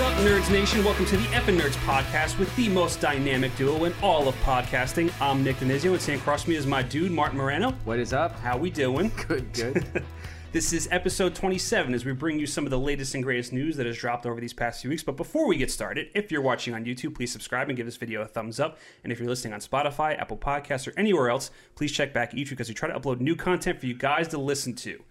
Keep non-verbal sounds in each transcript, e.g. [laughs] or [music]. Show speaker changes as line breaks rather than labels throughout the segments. up, Nerds Nation? Welcome to the Effin' Nerds podcast with the most dynamic duo in all of podcasting. I'm Nick Denizio, and sitting across from me is my dude, Martin Morano.
What is up?
How we doing?
Good, [laughs] good.
This is episode 27 as we bring you some of the latest and greatest news that has dropped over these past few weeks. But before we get started, if you're watching on YouTube, please subscribe and give this video a thumbs up. And if you're listening on Spotify, Apple Podcasts, or anywhere else, please check back each week as we try to upload new content for you guys to listen to.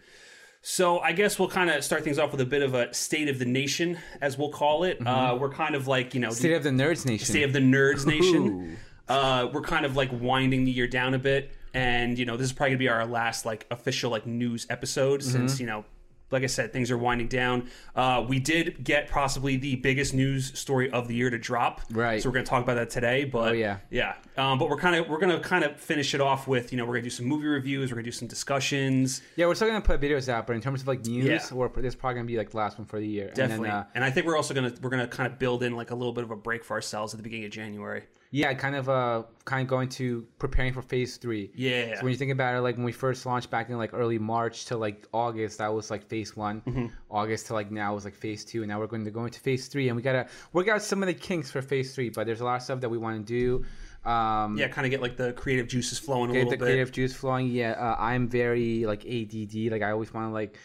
So I guess we'll kind of start things off with a bit of a state of the nation, as we'll call it. Uh, we're kind of like, you know,
State of the Nerds Nation.
State of the Nerds Nation. Uh, we're kind of like winding the year down a bit, and you know this is probably gonna be our last like official like news episode
Mm-hmm.
since you know, like I said, things are winding down. Uh, we did get possibly the biggest news story of the year to drop,
Right.
So we're gonna talk about that today. But
Oh, yeah.
yeah. Um, but we're kind of we're gonna kind of finish it off with you know we're gonna do some movie reviews, we're gonna do some discussions,
yeah, we're still gonna put videos out, but in terms of like news,
Yeah.
we're, this is probably gonna be like the last one for the year.
definitely.
And
And,
then, uh,
I think we're also gonna we're gonna kind of build in like a little bit of a break for ourselves at the beginning of January.
yeah, kind of uh, kind of going to preparing for phase three.
Yeah.
So when you think about it, like when we first launched back in like early March to like August, that was like phase one.
Mm-hmm.
August to like now was like phase two, and now we're going to go into phase three, and we gotta work out some of the kinks for phase three. But there's a lot of stuff that we want to do. Um,
Yeah, kind of get like the creative juices flowing a
get
little
the
bit.
creative juice flowing. Yeah, uh, I'm very like ADD. Like I always want to like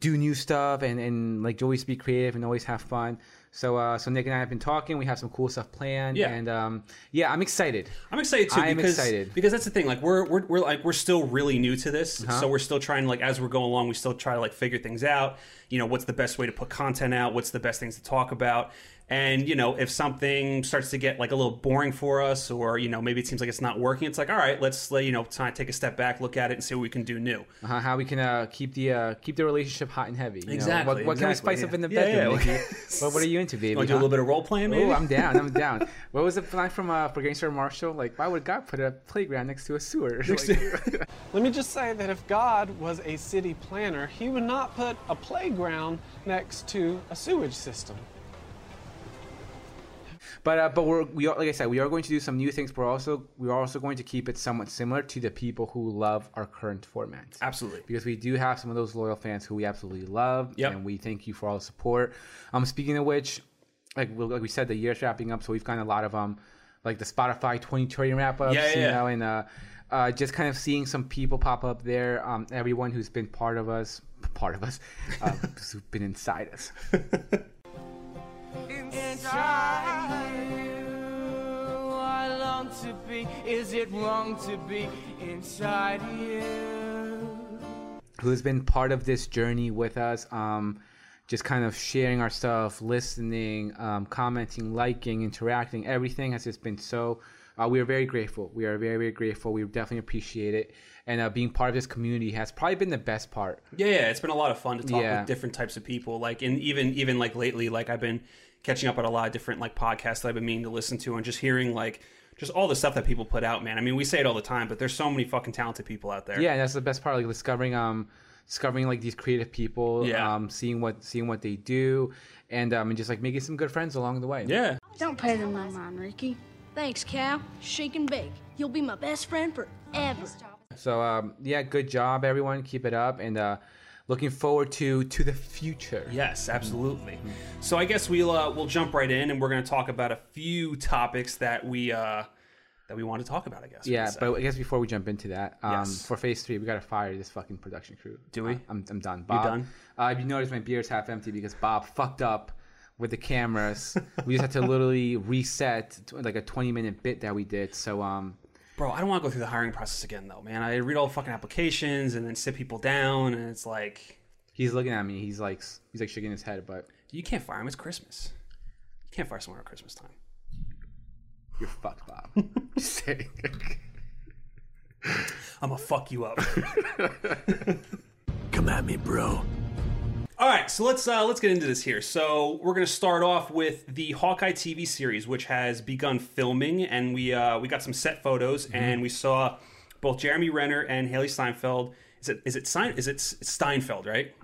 do new stuff and and like always be creative and always have fun. So uh, so Nick and I have been talking. We have some cool stuff planned.
Yeah.
And um, yeah, I'm excited.
I'm excited too.
I am
because,
excited.
because that's the thing. Like we're we're, we're like we're still really new to this,
Uh-huh.
so we're still trying. Like as we're going along, we still try to like figure things out. You know, what's the best way to put content out? What's the best things to talk about? And you know, if something starts to get like a little boring for us, or you know, maybe it seems like it's not working, it's like, all right, let's like, you know, kind of take a step back, look at it, and see what we can do new.
Uh, how we can uh, keep the uh, keep the relationship hot and heavy. you know?
Exactly,
What, what can we
exactly,
spice up
yeah.
in the
Yeah,
bedroom?
yeah, okay.
Nicky? what, what are
[laughs]
you into, baby?
Want to do a little bit of role playing? Maybe?
Oh, I'm down.
[laughs]
I'm down. What was the line from uh, for Gangster Marshall? Like, why would God put a playground next to
[laughs]
a sewer? Like-
Let me just say that if God was a city planner, he would not put a playground next to a sewage system.
But uh, but we're we are like I said we are going to do some new things. We're also we are also going to keep it somewhat similar to the people who love our current format.
Absolutely.
Because we do have some of those loyal fans who we absolutely love,
Yep.
and we thank you for all the support. Um, speaking of which, like we, like we said, the year's wrapping up, so we've gotten a lot of um, like the Spotify 2020 wrap ups,
Yeah, yeah,
you
yeah.
know, and uh, uh, just kind of seeing some people pop up there. Um, everyone who's been part of us, part of us, uh, [laughs] who's been inside us.
[laughs]
inside you. I long to be. Is it wrong to be inside you?
who has been part of this journey with us um just kind of sharing our stuff listening um, commenting liking interacting everything has just been so uh, we are very grateful we are very very grateful we definitely appreciate it and uh, being part of this community has probably been the best part
Yeah, yeah, it's been a lot of fun to talk
Yeah.
with different types of people. Like, and even even like lately, like I've been catching up on a lot of different like podcasts that I've been meaning to listen to, and just hearing like just all the stuff that people put out. Man, I mean, we say it all the time, but there's so many fucking talented people out there.
yeah and that's the best part like discovering um discovering like these creative people
Yeah.
um seeing what seeing what they do and um and just like making some good friends along the way
yeah.
Don't pay them no mind, Ricky. Thanks, Cal. Shake and bake. You'll be my best friend forever.
So um, yeah, good job, everyone. Keep it up, and uh, looking forward to to the future.
Yes, absolutely. So I guess we'll uh, we'll jump right in, and we're going to talk about a few topics that we uh, that we want to talk about. I guess. we
Yeah,
could say.
but I guess before we jump into that, um,
Yes.
for phase three, we gotta fire this fucking production crew.
Do we?
I, am I'm done. Bob,
done?
Uh, if you notice, my beer's half empty because Bob fucked up with the
[laughs]
cameras. we just had to literally reset to, like a 20 minute bit that we did. So um,
bro, I don't want to go through the hiring process again, though, man. I read all the fucking applications and then sit people down, and it's like.
he's looking at me. He's like s- he's like shaking his head, but
You can't fire him. It's Christmas. You can't fire someone at Christmas time.
you're fucked, Bob.
[laughs]
Just saying. [laughs]
I'm gonna fuck you up. [laughs] Come at me, bro. All right, so let's uh, let's get into this here. So we're gonna start off with the Hawkeye TV series, which has begun filming, and we uh, we got some set photos, and we saw both Jeremy Renner and Haley Steinfeld. Is it is it Stein, is it S- Steinfeld right?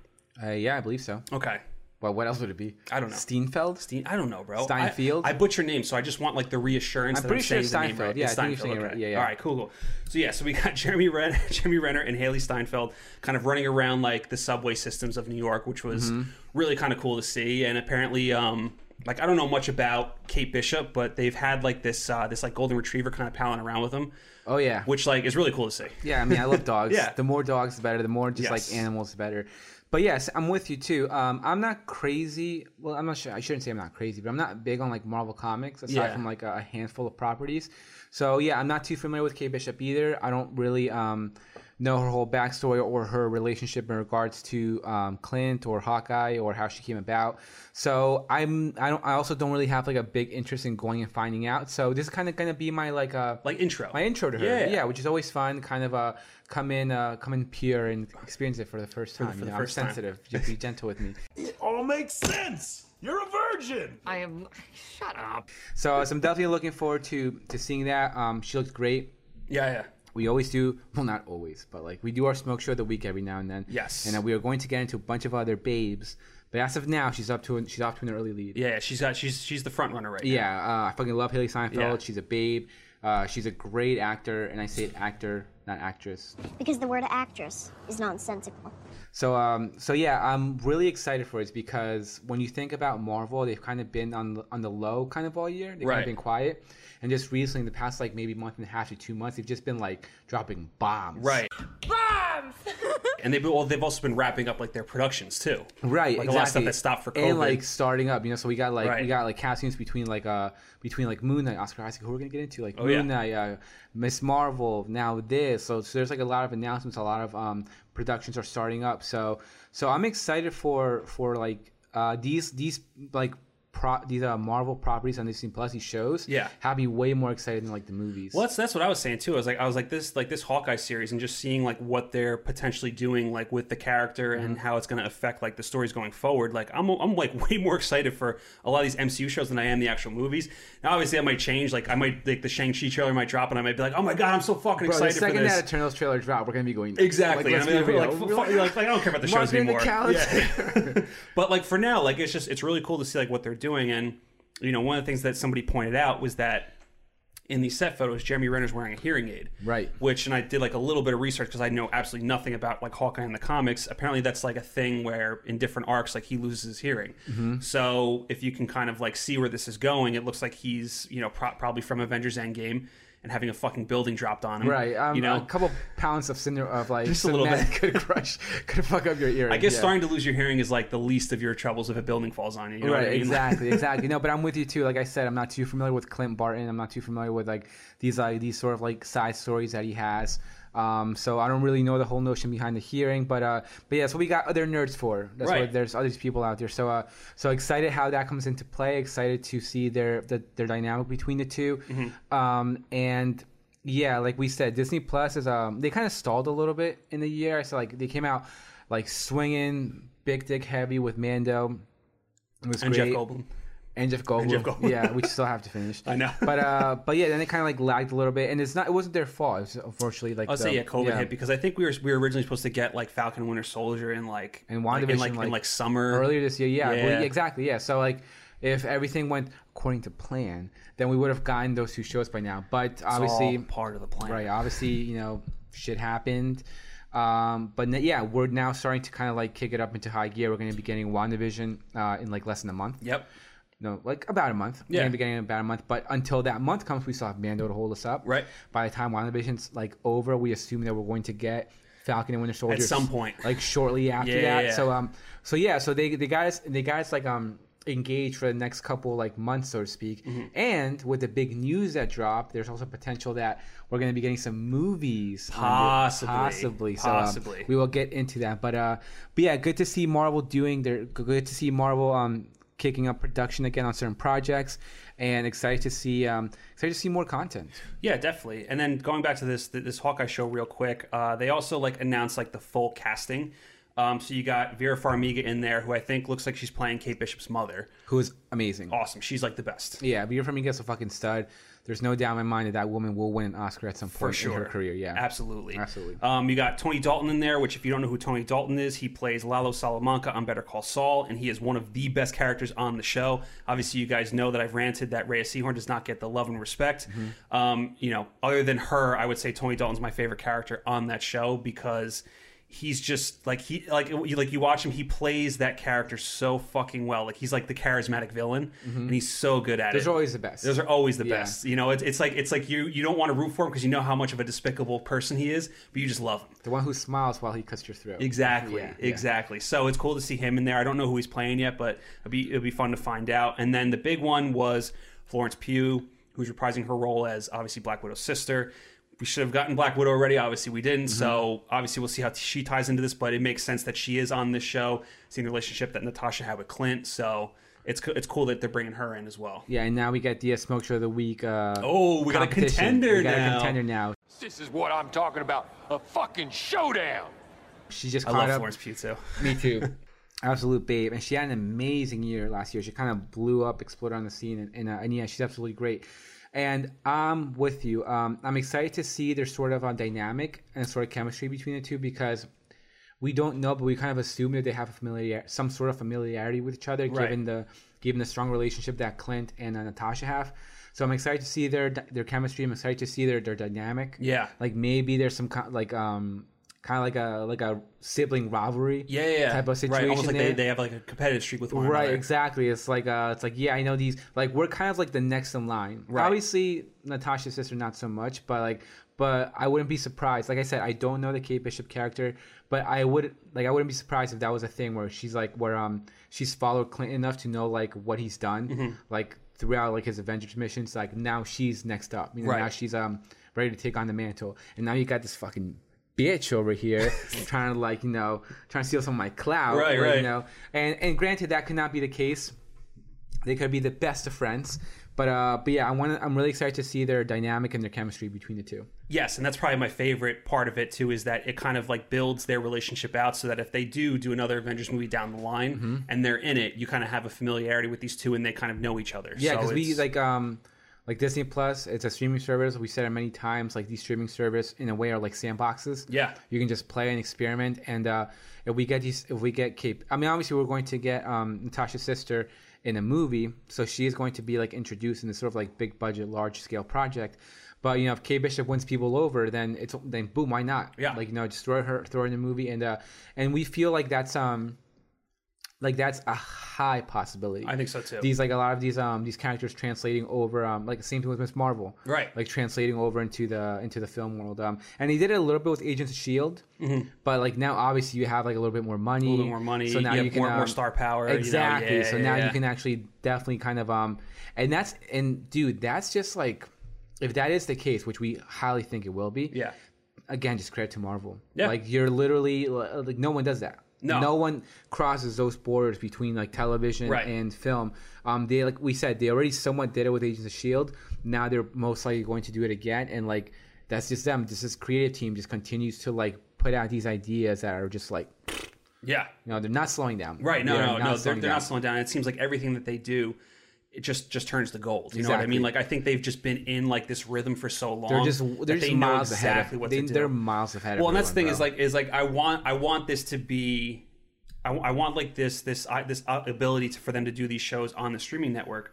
uh, yeah, I believe so.
Okay,
Well, what else would it be?
I don't know.
Steenfeld.
Dean, I don't know, bro. I-
Steinfeld?
I, butcher names, so I just want like the reassurance.
I'm
that
pretty sure
saying the name
Steinfeld.
right.
Yeah,
It's
I think you're saying it right. Yeah, yeah.
All right, cool, cool. So yeah, so we got [laughs] Jeremy Ren, Jeremy Renner, and Haley Steinfeld kind of running
Mm-hmm.
around like the subway systems of New York, which was really kind of cool to see. And apparently, um, like I don't know much about Kate Bishop, but they've had like this uh, this like golden retriever kind of palling around with them,
Oh yeah.
which like is really cool to see.
Yeah, I mean, I love dogs.
Yeah.
The more dogs, the better. The more just
Yes.
like animals, the better. But yes, I'm with you too. Um, I'm not crazy. Well, I'm not sure. I shouldn't say I'm not crazy, but I'm not big on like Marvel comics aside
Yeah.
from like a handful of properties. So yeah, I'm not too familiar with Kate Bishop either. I don't really um, know her whole backstory or her relationship in regards to um, Clint or Hawkeye or how she came about. So I'm. I don't. I also don't really have like a big interest in going and finding out. So this is kind of gonna be my like uh
Like intro.
my intro to her.
Yeah.
Yeah, which is always fun. Kind of uh, come in, uh, come in pure and experience it for the first time.
for
you
the
know,
first time.
I'm sensitive. Just be gentle with me.
all makes sense. You're a virgin.
[laughs]
I am. Shut up.
So, so I'm definitely looking forward to to seeing that. Um, she looks great.
yeah, yeah.
We always do, well, not always, but like we do our smoke show of the week every now and then.
Yes.
And then we are going to get into a bunch of other babes, but as of now, she's up to an, she's off to an early lead.
Yeah, she's got she's she's the front runner right now.
Yeah, uh, I fucking love Haley Seinfeld.
Yeah.
She's a babe. Uh, she's a great actor, and I say actor, not actress.
Because the word actress is nonsensical.
So um so yeah, I'm really excited for it because when you think about Marvel, they've kind of been on the, on the low kind of all year. They've kind
Right.
of been quiet, and just recently, in the past like maybe month and a half to two months, they've just been like dropping bombs.
Right. and they've been- well, they've also been wrapping up like their productions too.
Right,
Like
exactly.
a lot of stuff that stopped for COVID.
and like starting up, you know. So we got like
Right.
we got like castings between like uh between like Moon Knight, Oscar Isaac, who we're gonna get into, like
Oh,
Moon
yeah.
Knight, uh, Miss Marvel, now this. So, so there's like a lot of announcements, a lot of um productions are starting up. So so I'm excited for for like uh these these like. Pro, these uh, Marvel properties on Disney Plus, these shows,
Yeah.
have me way more excited than like the movies.
Well, that's that's what I was saying too. I was like, I was like this like this Hawkeye series, and just seeing like what they're potentially doing like with the character and
Mm-hmm.
how it's going to affect like the stories going forward. Like, I'm I'm like [laughs] way more excited for a lot of these MCU shows than I am the actual movies. Now, obviously, that might change. Like, I might like the Shang Chi trailer might drop, and I might be like, oh my god, I'm so fucking
Bro, the
excited for
second
this.
that Eternals trailer drop, we're gonna be going
Exactly.
Like,
I mean,
let's be
like, [laughs]
real.
fu- fu- like, like, I don't care about the shows
Marketing the
anymore.
calendar. [laughs]
Yeah. but like for now, like it's just it's really cool to see like what they're doing. And you know, one of the things that somebody pointed out was that in these set photos, Jeremy Renner's wearing a hearing aid.
Right.
Which, and I did like a little bit of research because I know absolutely nothing about like Hawkeye in the comics. Apparently, that's like a thing where in different arcs, like he loses his hearing.
Mm-hmm.
So if you can kind of like see where this is going, it looks like he's you know pro- probably from Avengers Endgame. And having a fucking building dropped on him,
Right. Um,
you know,
a couple pounds of cinder of like
Just a little
cement [laughs] could crush, could fuck up your ear.
I guess starting to lose your hearing is like the least of your troubles if a building falls on you. you know
right,
what I mean? [laughs]
exactly, exactly. No, but I'm with you too. Like I said, I'm not too familiar with Clint Barton. I'm not too familiar with like these like these sort of like side stories that he has. Um, so I don't really know the whole notion behind the hearing, but uh, but yeah, so we got other nerds for. That's
Right.
what there's other people out there. So uh, so excited how that comes into play. Excited to see their the, their dynamic between the 2
Mm-hmm.
Um, and yeah, like we said, Disney Plus is um they kind of stalled a little bit in the year. So like they came out like swinging big dick heavy with Mando. It was
and
great.
Jeff Goldblum.
and Jeff Goldblum.
Jeff Goldblum.
yeah, which still have to finish.
[laughs] I know.
but uh, but yeah, then it kind of like lagged a little bit, and it's not. It wasn't their fault. It was unfortunately like.
I'll
the-
say Oh, yeah, COVID hit because I think we were we were originally supposed to get like Falcon Winter Soldier in like
And
like, in,
WandaVision,
like, in
like,
like summer
earlier this year. Yeah,
Yeah.
well, exactly. Yeah, so like. If everything went according to plan, then we would have gotten those two shows by now. But
It's
obviously,
all part of the plan.
Right. Obviously, you know, shit happened. Um, but n- yeah, we're now starting to kind of like kick it up into high gear. We're going to be getting WandaVision uh, in like less than a month.
Yep.
No, like about a month. We're
Yeah.
going to be getting about a month. But until that month comes, we still have Mando to hold us up.
Right.
By the time WandaVision's like over, we assume that we're going to get Falcon and Winter Soldier
some point.
[laughs] like shortly after
Yeah,
that.
yeah, yeah.
So um, so yeah, so they they got us they got us like um engaged for the next couple like months, so to speak.
Mm-hmm.
And with the big news that dropped, there's also potential that we're going to be getting some movies, on the-
Possibly.
possibly, So, um,
Possibly.
we will get into that. But uh, but yeah, good to see Marvel doing their good to see Marvel um kicking up production again on certain projects, and excited to see um excited to see more content.
Yeah, definitely. And then going back to this this Hawkeye show real quick, uh, they also like announced like the full casting. Um, so you got Vera Farmiga in there, who I think looks like she's playing Kate Bishop's mother.
Who is amazing.
Awesome. She's like the best.
Yeah, Vera Farmiga's a fucking stud. There's no doubt in my mind that that woman will win an Oscar at some point
for sure.
in her career. Yeah,
absolutely,
Absolutely.
Um, you got Tony Dalton in there, which if you don't know who Tony Dalton is, he plays Lalo Salamanca on Better Call Saul, and he is one of the best characters on the show. Obviously, you guys know that I've ranted that Rhea Seahorn does not get the love and respect.
Mm-hmm.
Um, you know, other than her, I would say Tony Dalton's my favorite character on that show because he's just like he like you like you watch him he plays that character so fucking well like he's like the charismatic villain and he's so good at it
Those are Mm-hmm. always the best.
those are always the
Yeah.
best you know it's, it's like it's like you you don't want to root for him because you know how much of a despicable person he is but you just love him
the one who smiles while he cuts your throat.
Exactly,
Yeah, yeah.
exactly. So it's cool to see him in there. I don't know who he's playing yet, but it'll be it'll be fun to find out. And then the big one was Florence Pugh, who's reprising her role as obviously Black Widow's sister. We should have gotten Black Widow already. Obviously, we
Mm-hmm.
didn't. So obviously, we'll see how she ties into this. But it makes sense that she is on this show, seeing the relationship that Natasha had with Clint. So it's co- it's cool that they're bringing her in as well.
Yeah, and now we got the uh, smoke show of the week. Uh,
Oh, we got a
competition.
contender
We got
now.
a contender now.
This is what I'm talking about. A fucking showdown.
She just
I
caught
love
up.
Florence Pugh too. [laughs]
Me too. Absolute babe, and she had an amazing year last year. She kind of blew up, exploded on the scene, and and, uh, and yeah, she's absolutely great. And I'm with you. Um, I'm excited to see their sort of a dynamic and sort of chemistry between the two because we don't know, but we kind of assume that they have a familiar, some sort of familiarity with each other,
Right.
given the given the strong relationship that Clint and uh, Natasha have. So I'm excited to see their their chemistry. I'm excited to see their their dynamic.
Yeah.
like maybe there's some kind like um kind of like a like a sibling rivalry.
Yeah, yeah, yeah.
type of situation.
Right, almost like they,
there.
they have like a competitive streak with one
Right,
another.
exactly. It's like uh, it's like yeah, I know these. Like we're kind of like the next in line.
Right.
Obviously, Natasha's sister not so much, but like, but I wouldn't be surprised. Like I said, I don't know the Kate Bishop character, but I would like I wouldn't be surprised if that was a thing where she's like where um she's followed Clint enough to know like what he's done
Mm-hmm.
like throughout like his Avengers missions. Like now she's next up. You know, now
Right.
she's um ready to take on the mantle, and now you got this fucking. Bitch over
[laughs]
here, trying to like you know, trying to steal some of my clout,
Right,
or,
right.
You know, and and granted that could not be the case. They could be the best of friends, but uh, but yeah, I want I'm really excited to see their dynamic and their chemistry between the two.
Yes, and that's probably my favorite part of it too is that it kind of like builds their relationship out so that if they do do another Avengers movie down the line
Mm-hmm.
and they're in it, you kind of have a familiarity with these two and they kind of know each other.
Yeah,
So
because we
it's-
like um like Disney Plus, it's a streaming service. We said it many times. Like these streaming service in a way are like sandboxes.
Yeah.
you can just play and experiment. And uh, if we get these, if we get Cape, I mean, obviously we're going to get um, Natasha's sister in a movie, so she is going to be like introduced in this sort of like big budget, large scale project. But you know, if Kay Bishop wins people over, then it's then boom, why not?
Yeah.
like you know, just throw her, throw her in the movie, and uh, and we feel like that's um, like that's a high possibility.
I think so, too.
These like a lot of these um these characters translating over um like the same thing with Miss Marvel,
Right.
Like translating over into the into the film world. Um, and he did it a little bit with Agents of Shield, E but like now obviously you have like a little bit more money, a
Mm-hmm. little bit more money, you have more- more star power, you know,
um, exactly.
yeah,
so
yeah,
now
yeah.
you can actually definitely kind of um, and that's and dude, that's just like if that is the case, which we highly think it will be,
yeah.
again, just credit to Marvel.
Yeah.
Like you're literally like no one does that.
No.
one crosses those borders between like television
Right.
and film. Um, they like we said they already somewhat did it with Agents of Shield. E Now they're most likely going to do it again, and like that's just them. Just this creative team just continues to like put out these ideas that are just like
Yeah.
you know they're not slowing down.
Right. No,
They are
no,
not
no. They're,
slowing
they're
down.
not slowing down. It seems like everything that they do, it just just turns to gold. You know what I
Exactly.
mean? Like I think they've just been in like this rhythm for so long.
They're just
that
they're just
they know
miles ahead.
exactly
Of,
what
they,
to do.
they're miles ahead.
well
of
and that's the thing
everyone,
is
bro.
like is like i want i want this to be i, I want like this this uh, this uh, ability to, for them to do these shows on the streaming network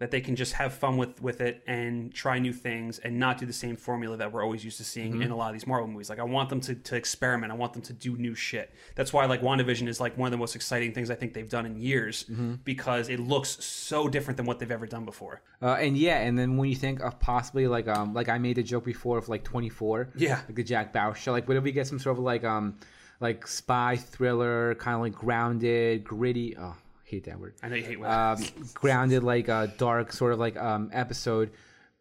that they can just have fun with with it and try new things and not do the same formula that we're always used to seeing
Mm-hmm.
in a lot of these marvel movies like i want them to, to experiment i want them to do new shit that's why like wandavision is like one of the most exciting things i think they've done in years
Mm-hmm.
because it looks so different than what they've ever done before
Uh, and yeah, and then when you think of possibly like um like I made the joke before of like twenty four,
Yeah.
like the Jack Bauer show, like what if we get some sort of like um like spy thriller, kind of like grounded, gritty. Oh, hate that word.
i know you hate when
Um, grounded, like uh, dark, sort of like um episode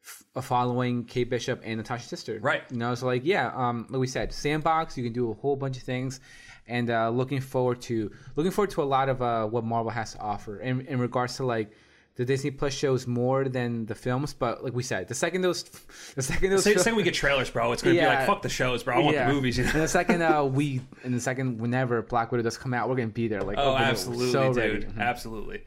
f- uh, following Kate Bishop and Natasha's sister,
Right.
You know, so like yeah, um like we said, sandbox, you can do a whole bunch of things. And uh, looking forward to looking forward to a lot of uh, what Marvel has to offer in, in regards to like the Disney Plus shows more than the films, but like we said, the second those [laughs] the second those
say,
fil-
say we get trailers bro it's gonna be
Yeah.
like fuck the shows bro i want
yeah.
the movies you know?
And the
[laughs]
second uh, we and the second whenever Black Widow does come out, we're gonna be there. Like
Oh,
open it. We're
absolutely,
so
dude.
ready. Mm-hmm.
Absolutely.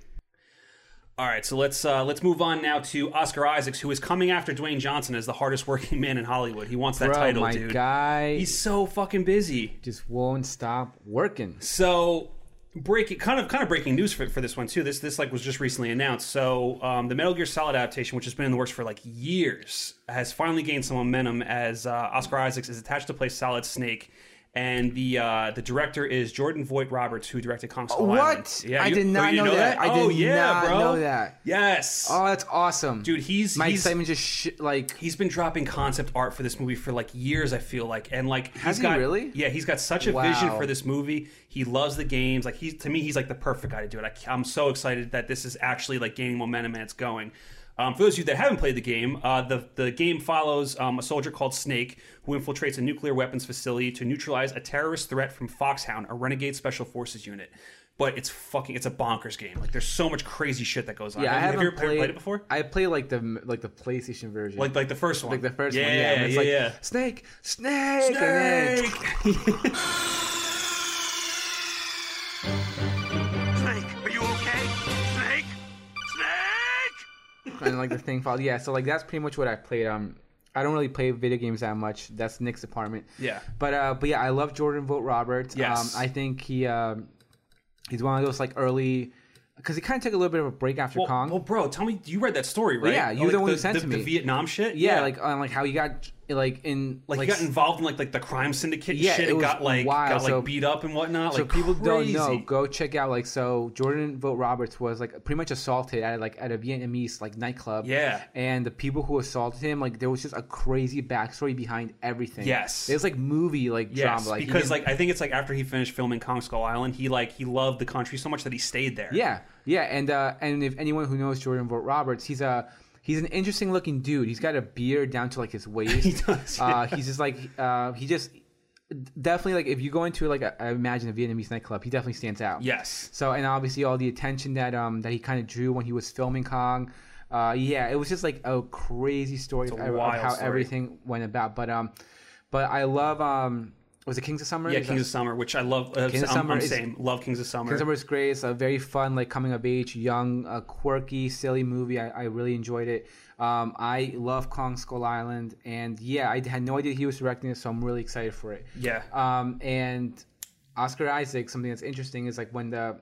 All right, so let's uh, let's move on now to Oscar Isaacs, who is coming after Dwayne Johnson as the hardest working [laughs] man in Hollywood. He wants that
Bro,
title,
my
dude.
guy
He's so fucking busy.
just won't stop working.
So breaking kind of kind of breaking news for, for this one too. This this like was just recently announced. So um, the Metal Gear Solid adaptation, which has been in the works for like years, has finally gained some momentum as uh, Oscar Isaacs is attached to play Solid Snake. And the uh, the director is Jordan Voight Roberts, who directed Kong Skull
What?
Island.
I
you-
did
oh,
not
you
know that. I did
oh, yeah,
not
bro.
know that.
Yes.
Oh, that's awesome,
Dude, he's-
my
he's-
excitement just sh- like
he's been dropping concept art for this movie for like years i feel like and like he's
Has he
got
really?
yeah he's got such a
Wow.
vision for this movie he loves the games like he's to me he's like the perfect guy to do it I, am so excited that this is actually like gaining momentum and it's going um, for those of you that haven't played the game, uh, the, the game follows um, a soldier called Snake who infiltrates a nuclear weapons facility to neutralize a terrorist threat from Foxhound, a renegade special forces unit. But it's fucking, it's a bonkers game. Like, there's so much crazy shit that goes on.
yeah. I
have
haven't
you ever played, played it before?
I played like the like the PlayStation version,
like, like the first one.
Like the first
yeah,
one. Yeah, and it's
yeah,
like
yeah.
snake, snake, and then-
Snake, are you okay? Snake? Snake!
[laughs] and like the thing falls. Yeah, so like that's pretty much what I played. Um, I don't really play video games that much. That's Nick's department.
Yeah.
But uh, but yeah, I love Jordan Vogt Roberts.
Yes.
Um, I think he um, he's one of those like early because he kind of took a little bit of a break after
Well,
Kong.
well, bro, tell me you read that story, right? Oh,
yeah, you're
Like,
the one who sent
the,
to me.
the Vietnam shit.
yeah, like on like how he got like in
like, he got involved in like like the crime syndicate and
Yeah,
shit
it
and
was
got like
wild.
got like
So-
beat up and whatnot.
so
like
people
crazy.
don't know. Go check out like so. Jordan Vogt Roberts was like pretty much assaulted at like at a Vietnamese like nightclub.
Yeah.
and the people who assaulted him like there was just a crazy backstory behind everything.
Yes.
it was like movie like
Yes,
drama. Like he
because
didn't-
like I think it's like after he finished filming Kong Skull Island, he like he loved the country so much that he stayed there.
Yeah, yeah, and uh, and if anyone who knows Jordan Vogt Roberts, he's a he's an interesting looking dude. He's got a beard down to like his waist.
[laughs] He does,
Uh, he's just like uh, he just definitely like if you go into like a, I imagine a Vietnamese nightclub, he definitely stands out.
Yes.
So and obviously all the attention that um that he kind of drew when he was filming Kong. Uh, yeah, it was just like a crazy story of,
a
of
wild
how
story.
everything went about. But um, but I love um, was it Kings of Summer?
Yeah,
Is
Kings
that-
of Summer, which I love. Uh,
Kings of
I'm,
Summer
I'm
is-
same. Love Kings of Summer.
Midsummer is great. It's a very fun, like coming of age, young, uh, quirky, silly movie. I, I really enjoyed it. Um, I love Kong Skull Island, and yeah, I had no idea he was directing it, so I'm really excited for it.
Yeah.
Um, and Oscar Isaac, something that's interesting is like when the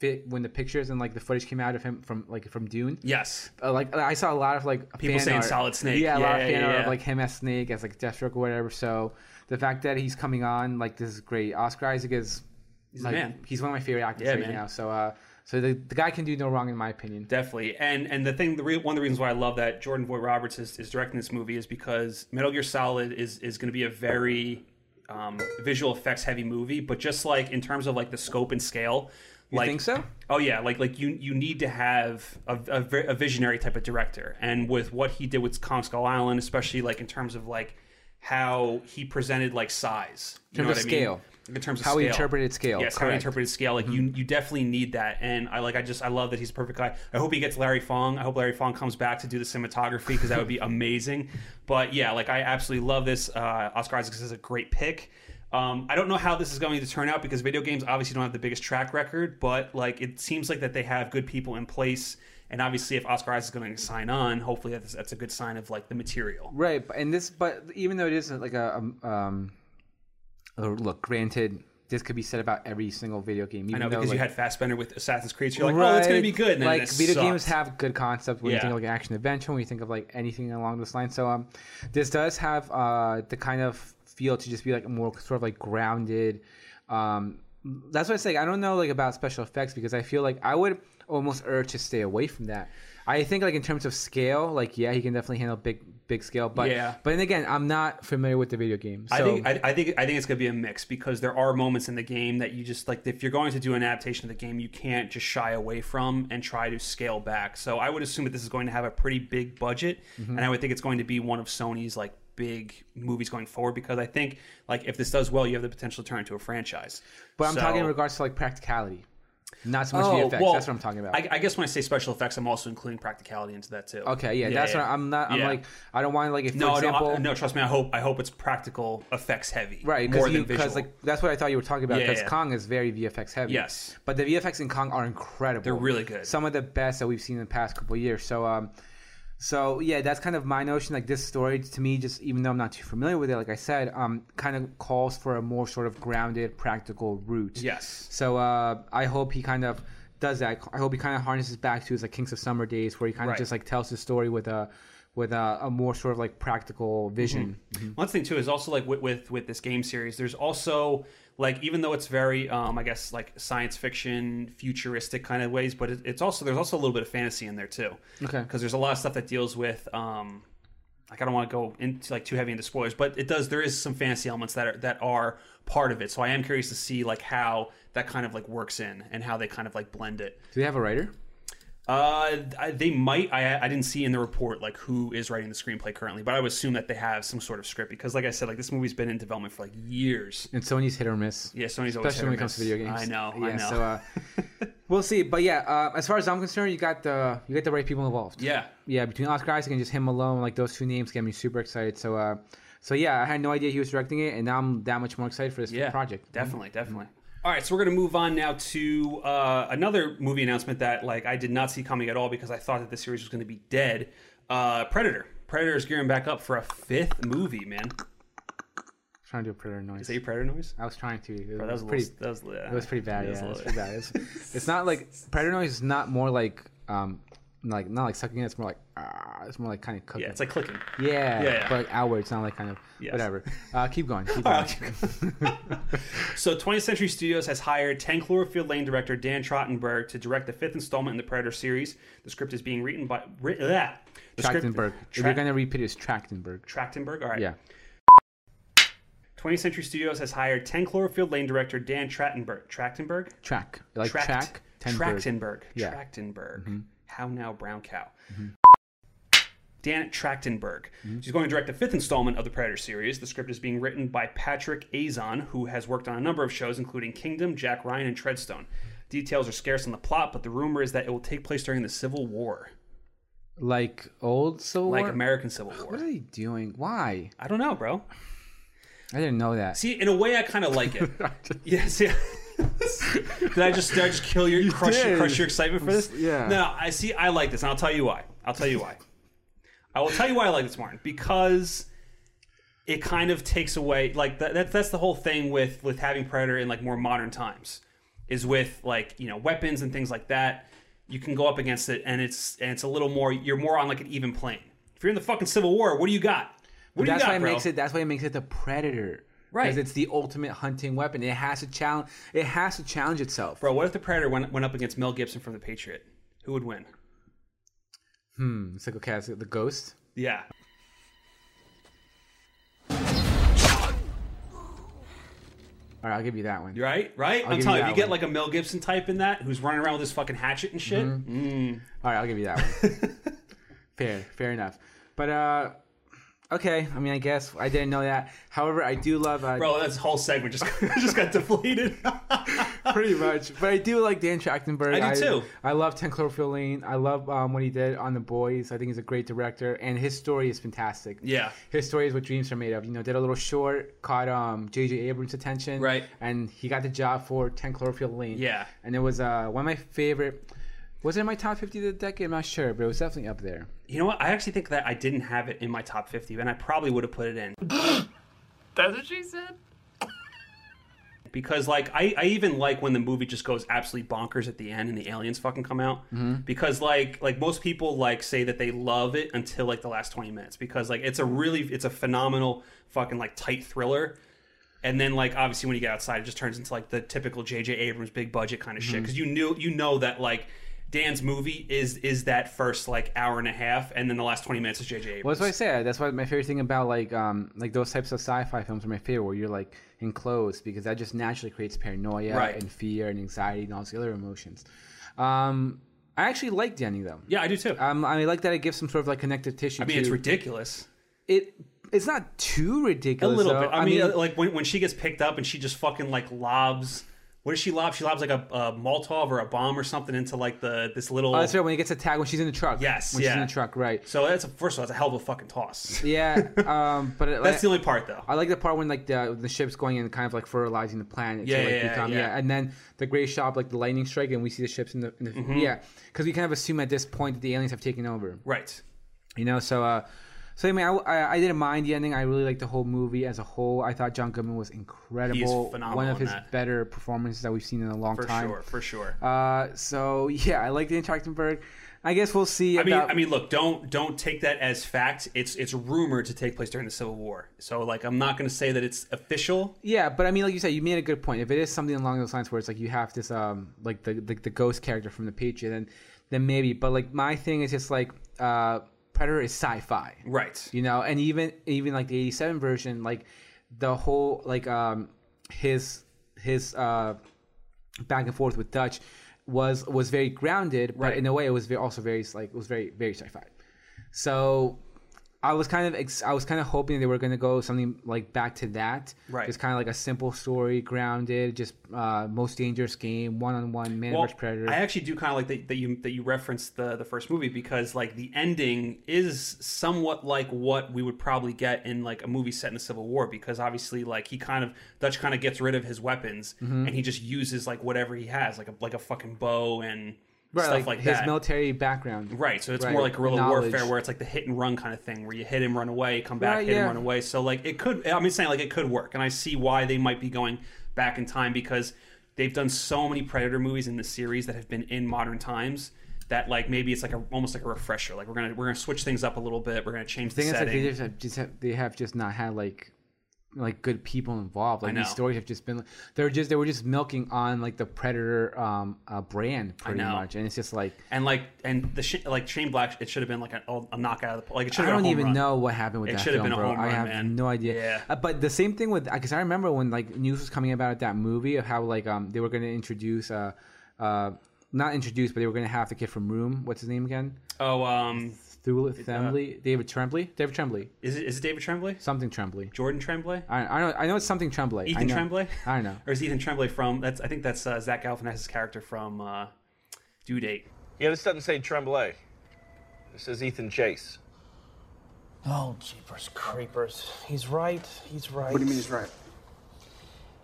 fi- when the pictures and like the footage came out of him from like from Dune.
yes.
Uh, like I saw a lot of like
People
fan
saying
art.
Solid Snake.
Yeah, a lot
Yeah,
of fan
yeah,
art of
yeah.
like him as Snake as like Deathstroke or whatever. So the fact that he's coming on like this is great. Oscar Isaac is he's
the
like,
man.
He's one of my favorite actors
Yeah,
right
man.
now. So uh, so the, the guy can do no wrong in my opinion.
Definitely, and and the thing, the re- one of the reasons why I love that Jordan Voight Roberts is, is directing this movie is because Metal Gear Solid is is going to be a very um, visual effects heavy movie, but just like in terms of like the scope and scale, you like
think so?
Oh yeah, like like you you need to have a, a, vi- a visionary type of director, and with what he did with Kong Skull Island, especially like in terms of like how he presented like size, you
In
know
terms
what
of
I mean?
scale.
in terms of
How
scale.
he interpreted scale,
yes, how he
correct. Mm-hmm.
interpreted scale. Like you, you definitely need that, and I like I just I love that he's a perfect guy. I hope he gets Larry Fong. I hope Larry Fong comes back to do the cinematography because that would
[laughs]
be amazing. But yeah, like I absolutely love this. Uh, Oscar Isaac is a great pick. Um, I don't know how this is going to turn out because video games obviously don't have the biggest track record, but like it seems like that they have good people in place. And obviously, if Oscar Isaac is going to sign on, hopefully that's, that's a good sign of like the material.
Right, but- and this, but even though it isn't like a um, um, uh, look, granted, this could be said about every single video game. Even
I know because
though,
you
like,
had Fassbender with Assassin's Creed, so you're like, oh, it's going to be good. And then
like
it
video
sucked.
games have good concepts when
Yeah.
you think of like action adventure, when you think of like anything along this line. So um, this does have uh the kind of feel to just be like a more sort of like grounded. Um, that's what I say. I don't know like about special effects because I feel like I would almost urge to stay away from that. I think like in terms of scale, like yeah, he can definitely handle big big scale, but
Yeah.
but then again, I'm not familiar with the video game. So.
I think I, I think I think it's gonna be a mix because there are moments in the game that you just like if you're going to do an adaptation of the game, you can't just shy away from and try to scale back. So I would assume that this is going to have a pretty big budget,
Mm-hmm.
and I would think it's going to be one of Sony's like big movies going forward because I think like if this does well, you have the potential to turn into a franchise.
but I'm
So- oh,
talking in regards to like practicality, not so much the effects. that's what I'm talking about.
I, I guess when I say special effects, I'm also including practicality into that too.
Okay, yeah, that's
yeah.
what I'm not. I'm
Yeah.
like, I don't want like if
No,
for example,
no, I- no. Trust me. I hope. I hope it's practical effects heavy.
right?
More than visual.
because like that's what I thought you were talking about.
Yeah,
Because
yeah.
Kong is very VFX heavy.
Yes.
but the VFX in Kong are incredible.
They're really good.
Some of the best that we've seen in the past couple of years. So, um, so yeah, that's kind of my notion. Like this story to me, just even though I'm not too familiar with it, like I said, um, kind of calls for a more sort of grounded, practical route.
Yes.
So uh, I hope he kind of does that. I hope he kind of harnesses back to his like Kings of Summer days, where he kind
Right.
of just like tells his story with a with a, a more sort of like practical vision.
One thing too is also like with, with with this game series. There's also like even though it's very um, I guess like science fiction, futuristic kind of ways, but it, it's also there's also a little bit of fantasy in there too.
Okay.
because there's a lot of stuff that deals with um, like I don't want to go into like too heavy into spoilers, but it does there is some fantasy elements that are that are part of it. So I am curious to see like how that kind of like works in and how they kind of like blend it.
Do they have a writer?
Uh, I- they might. I, I didn't see in the report like who is writing the screenplay currently, but I would assume that they have some sort of script because, like I said, like this movie's been in development for like years.
And Sony's hit or miss.
Yeah, Sony's always
especially when it
hit or
comes to
miss.
video games.
I know.
Yeah,
I know.
So uh,
[laughs]
we'll see. But yeah, uh, as far as I'm concerned, you got the you got the right people involved.
yeah.
yeah. Between Oscar Isaac and just him alone, like those two names get me super excited. So uh, so yeah, I had no idea he was directing it, and now I'm that much more excited for this
yeah,
project. Mm-hmm.
Definitely, definitely. All right, so we're going to move on now to uh, another movie announcement that like I did not see coming at all because I thought that the series was going to be dead. Uh, Predator. Predator is gearing back up for a fifth movie, man.
trying to do a Predator noise.
Is that your Predator noise?
I was trying to. It
That was
was,
a
pretty.
little, that was,
it was pretty bad.
It
Yeah,
was
it
a
was
little-
pretty bad. It's, it's not like Predator noise is not more like um like not like sucking. in. It's more like ah. It's more like kind of
[laughs]
cooking.
Yeah, it's like clicking.
Yeah,
Yeah, yeah.
but outward. It's not like kind of
Yes.
whatever. Uh, keep going.
[laughs]
Keep
All
going.
right, [laughs] So 20th Century Studios has hired 10 Cloverfield Lane director Dan Trachtenberg to direct the fifth installment in the Predator series. The script is being written by... Writ, bleh. The script-
Trachtenberg. If
Tra-
you're gonna repeat, it, it's Trachtenberg.
Trachtenberg? All right.
Yeah.
20th Century Studios has hired 10 Cloverfield Lane director Dan Trachtenberg. Trachtenberg?
Track. Like
Tracht-
track. Tenberg.
Trachtenberg.
Yeah.
Trachtenberg. How now, brown cow? Dan Trachtenberg. She's going to direct the fifth installment of the Predator series. The script is being written by Patrick Azon, who has worked on a number of shows, including Kingdom, Jack Ryan, and Treadstone. Details are scarce on the plot, but the rumor is that it will take place during the Civil War,
Like old Civil
like
War?
American Civil
What
War.
are they doing? Why?
I don't know, bro.
I didn't know that.
See, in a way, I kind of like
[laughs]
it. [laughs] Yes, yeah. did I just did I just kill your crush,
did.
crush your excitement for this?
yeah.
No, I see. I like this, and I'll tell you why. I'll tell you why. I will tell you why I like this, Martin, because it kind of takes away like that, that's that's the whole thing with with having Predator in like more modern times is with like you know weapons and things like that. You can go up against it, and it's and it's a little more. You're more on like an even plane. If you're in the fucking Civil War, what do you got? What do
that's
you got,
why it
bro?
makes it. That's why it makes it the predator.
Right.
Because it's the ultimate hunting weapon. It has to challenge. It has to challenge itself.
Bro, what if the Predator went, went up against Mel Gibson from The Patriot? Who would win?
It's like okay, it's the ghost.
Yeah.
All right, I'll give you that one.
Right? Right? i
give
am
you
telling you,
that
if you get
one.
like a Mel Gibson type in that who's running around with his fucking hatchet and shit.
Mm-hmm. All right, I'll give you that one.
[laughs]
fair, fair enough. But uh, okay. I mean, I guess I didn't know that. However, I do love. Uh,
Bro, that whole segment just, [laughs] just got deflated.
[laughs] pretty much. But I do like Dan Trachtenberg.
I do too.
I love Ten Cloverfield Lane. I love um, what he did on The Boys. I think he's a great director, and his story is fantastic.
Yeah.
his story is what dreams are made of. You know, did a little short, caught um J.J. Abrams' attention,
Right.
and he got the job for Ten Cloverfield Lane.
Yeah.
and it was uh one of my favorite. Was it in my top fifty of the decade? I'm not sure, but it was definitely up there.
[laughs] you know what? I actually think that I didn't have it in my top 50, and I probably would have put it in.
That's what she said?
Because, like, I, I even like when the movie just goes absolutely bonkers at the end and the aliens fucking come out.
Mm-hmm.
Because, like, like most people, like, say that they love it until, like, the last 20 minutes. Because, like, it's a really, it's a phenomenal fucking, like, tight thriller. and then like obviously when you get outside it just turns into like the typical jj abrams big budget kind of shit
Mm-hmm.
because you knew you know that like dan's movie is is that first like hour and a half and then the last 20 minutes is jj abrams
Well, that's what I say. That's why my favorite thing about like um like those types of sci-fi films are my favorite, where you're like enclosed because that just naturally creates paranoia
Right.
and fear and anxiety and all these other emotions. Um, I actually like Danny though.
yeah i do too
Um, I like that it gives some sort of like connective tissue.
i mean it's ridiculous
It it's not too
a
ridiculous.
little
though.
bit i, mean, uh, like when, when she gets picked up and she just fucking like lobs what does she lob she lobs like a, a molotov or a bomb or something into like the this little
oh, that's right. When he gets attacked, when she's in the truck.
Yes,
When she's in
yeah.
the
[laughs]
truck, right?
so that's a, first of all that's a hell of a fucking toss
Yeah. um, but it,
that's the only part though
I like the part when like the the ship's going and kind of like fertilizing the planet.
Yeah,
to, like,
yeah,
become,
yeah.
And then the gray shop, like the lightning strike, and we see the ships in the, in the
Mm-hmm.
yeah, because we kind of assume at this point that the aliens have taken over.
right
You know, so uh, so I mean, I, I, I didn't mind the ending. I really liked the whole movie as a whole. I thought John Goodman was incredible.
phenomenal
One of
in
his
that.
better performances that we've seen in a long
for
time.
sure for sure
Uh, so yeah, I like Dan Trachtenberg. I guess we'll see.
I mean,
about-
I mean, look, don't don't take that as fact. It's it's rumored to take place during the Civil War. So like, I'm not going to say that it's official.
Yeah, but I mean, like you said, you made a good point. If it is something along those lines, where it's like you have this, um, like the the, the ghost character from the Patriot, then then maybe. But like my thing is just like uh, Predator is sci-fi,
Right.
you know, and even even like the '87 version, like the whole like um his his uh back and forth with Dutch was was very grounded, but
Right.
in a way, it was very, also very like it was very very sci-fi. So I was kind of ex- I was kind of hoping they were going to go something like back to that,
Right.
Just kind of like a simple story, grounded, just uh, most dangerous game, one on one, man versus predator.
I actually do kind of like that, that you that you referenced the the first movie because like the ending is somewhat like what we would probably get in like a movie set in the Civil War because obviously like he kind of Dutch kind of gets rid of his weapons
Mm-hmm.
and he just uses like whatever he has like a like a fucking bow and
right,
stuff like,
like, his
that.
military background,
Right, so it's
Right,
more like guerrilla
knowledge.
warfare, where it's like the hit and run kind of thing, where you hit him, run away, come back,
Right,
hit him,
yeah.
run away. So like it could, I'm just saying like it could work, and I see why they might be going back in time because they've done so many Predator movies in the series that have been in modern times that like maybe it's like a, almost like a refresher. Like we're gonna we're gonna switch things up a little bit, we're gonna change the
thing is, like, they
setting.
just have, just have, they have just not had like like good people involved. Like these
know.
stories have just been they're just they were just milking on like the predator um uh, brand pretty
know.
much, and it's just like
and like and the sh- like Shane Black, it should have been like a, a knockout of the like it should
I
have been a
don't
home
even
run.
know what happened with
It
that
should have
film,
been a
bro.
home
I
run,
have
man.
no idea.
Yeah.
Uh, but the same thing with because I remember when like news was coming about that movie of how like um they were going to introduce uh uh not introduce but they were going to have the kid from Room. What's his name again?
Oh, um,
Thule Thembley, David Tremblay, David Tremblay,
is it is it David Tremblay?
something Tremblay.
Jordan Tremblay?
I, I know I know it's something Tremblay. I
Ethan
know.
Tremblay?
I don't know.
[laughs] or is Ethan Tremblay from? That's I think that's uh, Zach Galifianakis' character from uh, Due Date.
Yeah, this doesn't say Tremblay. This says Ethan Chase.
Oh, jeepers creepers. He's right. He's right.
What do you mean he's right?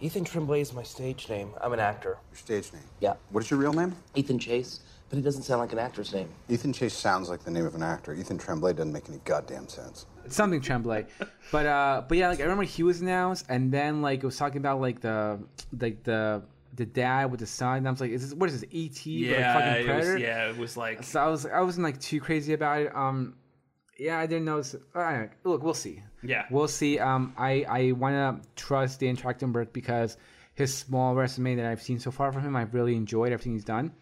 Ethan Tremblay is my stage name. I'm an actor.
Your stage name.
Yeah.
What is your real name?
Ethan Chase, but it doesn't sound like an actor's name.
Ethan Chase sounds like the name of an actor. Ethan Tremblay doesn't make any goddamn sense.
something Tremblay, but uh, but yeah, like I remember he was announced, and then like it was talking about like the like the the dad with the son, and I was like, is this what is this ET? but, like,
Yeah,
fucking
it was,
predator?
yeah, it was like
So I was I wasn't like too crazy about it. Um, yeah, I didn't notice. I don't know. Look, we'll see.
Yeah.
we'll see. Um, I I want to trust Dan Trachtenberg because his small resume that I've seen so far from him, I've really enjoyed everything he's done.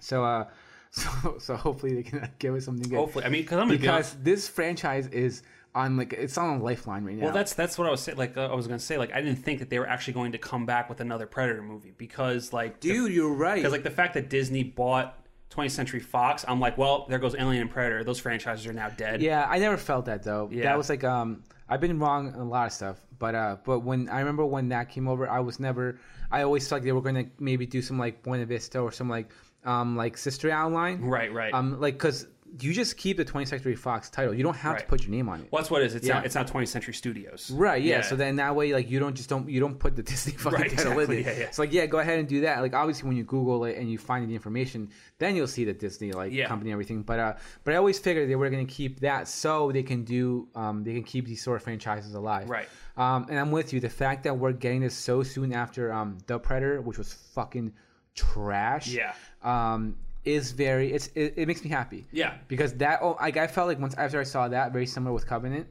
So uh, [laughs] so so hopefully they can [laughs] give us something good.
hopefully. I mean, because I'm gonna be honest-
because this franchise is on like it's on a lifeline right now.
Well, that's that's what I was saying. Like uh, I was gonna say, like I didn't think that they were actually going to come back with another Predator movie because, like,
dude, you're right.
because like the fact that Disney bought 20th Century Fox, I'm like, well, there goes Alien and Predator. Those franchises are now dead.
Yeah, I never felt that though.
Yeah.
That was like um I've been wrong on a lot of stuff, but uh but when I remember when that came over, I was never I always thought they were going to maybe do some like Buena Vista or some like um like Sister Outline.
Right, right.
Um like cuz you just keep the 20th Century Fox title. You don't have to
Right.
put your name on it.
well, that's what it is. It's
Yeah.
not it's not 20th Century Studios.
Right, yeah. So then that way, like, you don't just don't you don't put the [laughs] Disney fucking
Right,
title
exactly,
in it.
yeah, yeah.
It's like, yeah, go ahead and do that. Like, obviously, when you Google it and you find the information, then you'll see the Disney like
Yeah.
company and everything. But uh, but I always figured they were gonna keep that so they can do um they can keep these sort of franchises alive.
Right.
Um, and I'm with you. The fact that we're getting this so soon after um the Predator, which was fucking trash.
Yeah.
Um. Is very it's it, it makes me happy
Yeah.
because that oh like I felt like once after I saw that very similar with Covenant.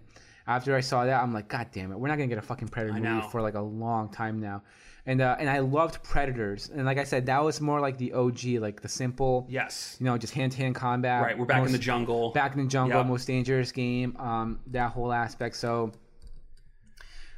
After I saw that, I'm like, God damn it, we're not gonna get a fucking Predator
I
movie
know.
for like a long time now, and uh, and I loved Predators, and like I said, that was more like the OG, like the simple,
Yes.
you know, just hand to hand combat.
Right, we're back in the jungle.
back in the jungle,
Yeah.
most dangerous game, um, that whole aspect. So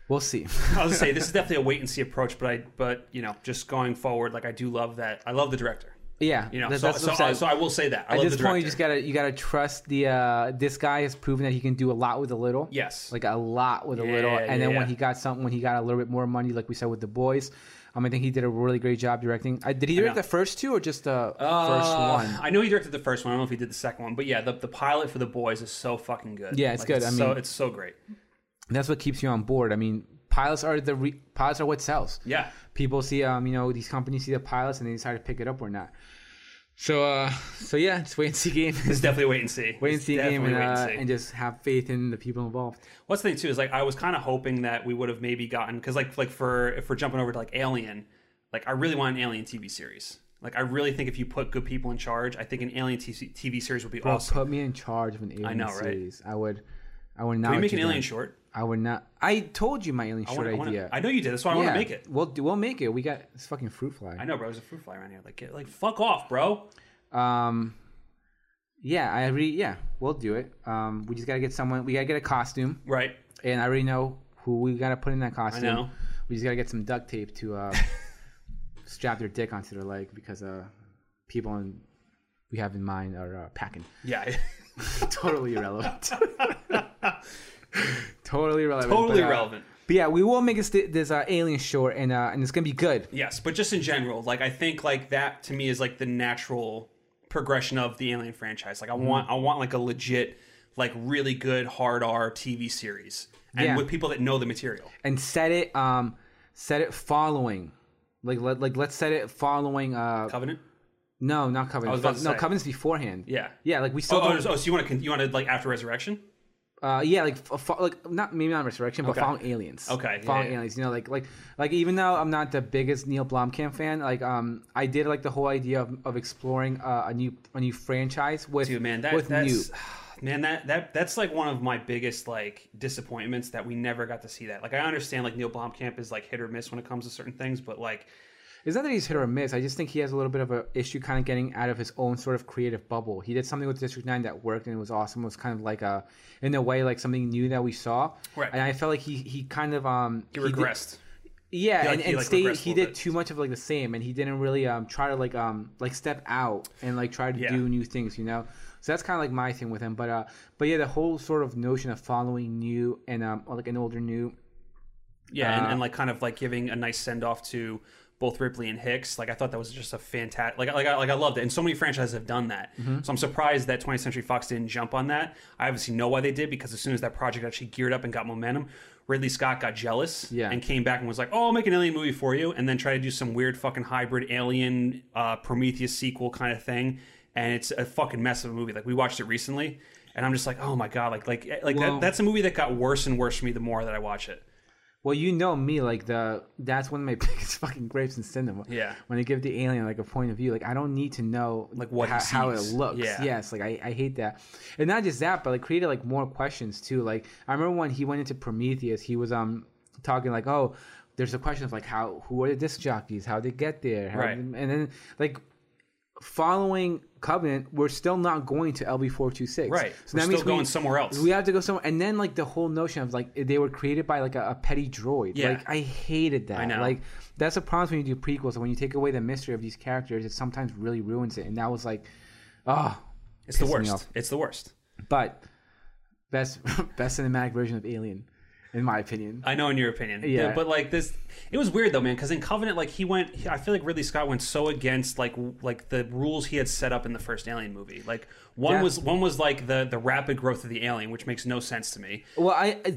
we'll see. [laughs]
I was gonna say this is definitely a wait and see approach, but I but you know just going forward, like I do love that. I love the director.
yeah,
You know,
that-
so,
that's what
so,
I'm
I,
saying.
so I will say that. I
At
love
this
the
point,
director.
you just gotta you gotta trust the uh, this guy has proven that he can do a lot with a little.
Yes.
like a lot with a little.
Yeah,
And
yeah,
then
yeah.
when he got something, when he got a little bit more money, like we said with the boys, um, I think he did a really great job directing. Uh, did he direct
know.
the first two or just the first
Uh,
one?
I know he directed the first one. I don't know if he did the second one, but yeah, the, the pilot for the boys is so fucking good.
Yeah, it's good. I
so,
mean-
it's so great.
That's what keeps you on board. I mean, pilots are the re- pilots are what sells.
Yeah,
people see um you know these companies see the pilots and they decide to pick it up or not. So uh so yeah, just wait and see game. [laughs]
it's definitely a wait and see.
Wait and
It's
see game
definitely
and,
wait and
uh,
see.
and just have faith in the people involved.
What's the thing too is like I was kind of hoping that we would have maybe gotten because like like for if we're jumping over to like Alien, like I really want an Alien TV series. Like I really think if you put good people in charge, I think an Alien TV, TV series would be
Bro,
awesome.
put me in charge of an alien
I know, right?
series. I would. I would not.
Can we
let
make
you
an alien
down.
short?
I would not. I told you my alien
I
short
wanna- I wanna-
idea.
I know you did. That's why I wanna make it.
We'll do- we'll make it. We got this fucking fruit fly.
I know, bro. There's a fruit fly around here. Like, get, like fuck off, bro.
Um, yeah, I already. Yeah, we'll do it. Um, we just gotta get someone. We gotta get a costume,
Right.
and I already know who we gotta put in that costume.
know.
We just gotta get some duct tape
[laughs]
to uh, strap their dick onto their leg because uh, people in, we have in mind are uh,
[laughs]
packing. [laughs]
Yeah.
totally irrelevant. [laughs] totally irrelevant.
Totally
but, uh,
relevant.
But yeah, we will make this this uh, alien short, and uh, and it's gonna be good.
Yes, but just in general, like I think like that to me is like the natural progression of the Alien franchise.
Mm-hmm.
Like I want I want like a legit like really good hard R TV series and
Yeah.
with people that know the material.
and set it um set it following like let, like let's set it following uh
Covenant?
no not covenant
I was about to
no
say.
covenant's beforehand
Yeah.
yeah like we still
Oh, oh,
don't,
so you want to you want to like after resurrection?
uh yeah like f- fo- like not maybe not resurrection but
Okay.
following aliens
Okay, yeah,
following
yeah.
aliens you know like like like even though i'm not the biggest neil blomkamp fan like um i did like the whole idea of, of exploring uh, a new a new franchise with
Dude, man, that,
with Newt.
that's [sighs] man that that that's like one of my biggest like disappointments that we never got to see that. Like I understand like Neil Blomkamp is like hit or miss when it comes to certain things, but like
It's not that he's hit or miss. I just think he has a little bit of an issue kind of getting out of his own sort of creative bubble. He did something with District 9 that worked and it was awesome. It was kind of like a, in a way, like something new that we saw.
Right.
And I felt like he, he kind of, um,
he
did-
regressed.
yeah.
He, like-
and,
he,
and
like,
stayed,
regressed a
he
little
did
bit.
too much of like the same and he didn't really, um, try to like, um, like step out and like try to
Yeah.
do new things, you know? So that's kind of like my thing with him. But, uh, but yeah, the whole sort of notion of following new and, um, like an older new
Yeah, and, and like kind of like giving a nice send off to both Ripley and Hicks. Like I thought that was just a fantastic. Like like I, like I loved it, and so many franchises have done that. So I'm surprised that 20th Century Fox didn't jump on that. I obviously know why they did because as soon as that project actually geared up and got momentum, Ridley Scott got jealous
Yeah.
and came back and was like, "Oh, I'll make an alien movie for you," and then try to do some weird fucking hybrid alien uh, Prometheus sequel kind of thing. And it's a fucking mess of a movie. Like we watched it recently, and I'm just like, "Oh my god!" Like like like
Well-
that, that's a movie that got worse and worse for me the more that I watch it.
Well, you know me, like the that's one of my [laughs] biggest fucking gripes in cinema.
Yeah.
When they give the alien like a point of view, like I don't need to know
Like what he
how, how it
sees.
looks.
Yeah.
Yes, like I, I hate that. And not just that, but like created like more questions too. Like I remember when he went into Prometheus, he was um talking like, Oh, there's a question of like how who are the disc jockeys, how they get there, how,
Right.
and then like following Covenant, we're still not going to LB four two six.
Right. We're still going somewhere else.
We have to go somewhere, and then like the whole notion of like they were created by like a, a petty droid.
Yeah.
Like I hated that.
I know.
Like that's the problem when you do prequels. When you take away the mystery of these characters, it sometimes really ruins it. And that was like, oh,
It's the
pissed me
worst.
off.
It's the worst.
but best [laughs] best cinematic version of Alien, in my opinion.
I know in your opinion.
Yeah.
But like this it was weird though, man, cuz in Covenant like he went he- I feel like Ridley Scott went so against like w- like the rules he had set up in the first Alien movie. Like one
Yeah.
was one was like the the rapid growth of the alien, which makes no sense to me.
Well, I, I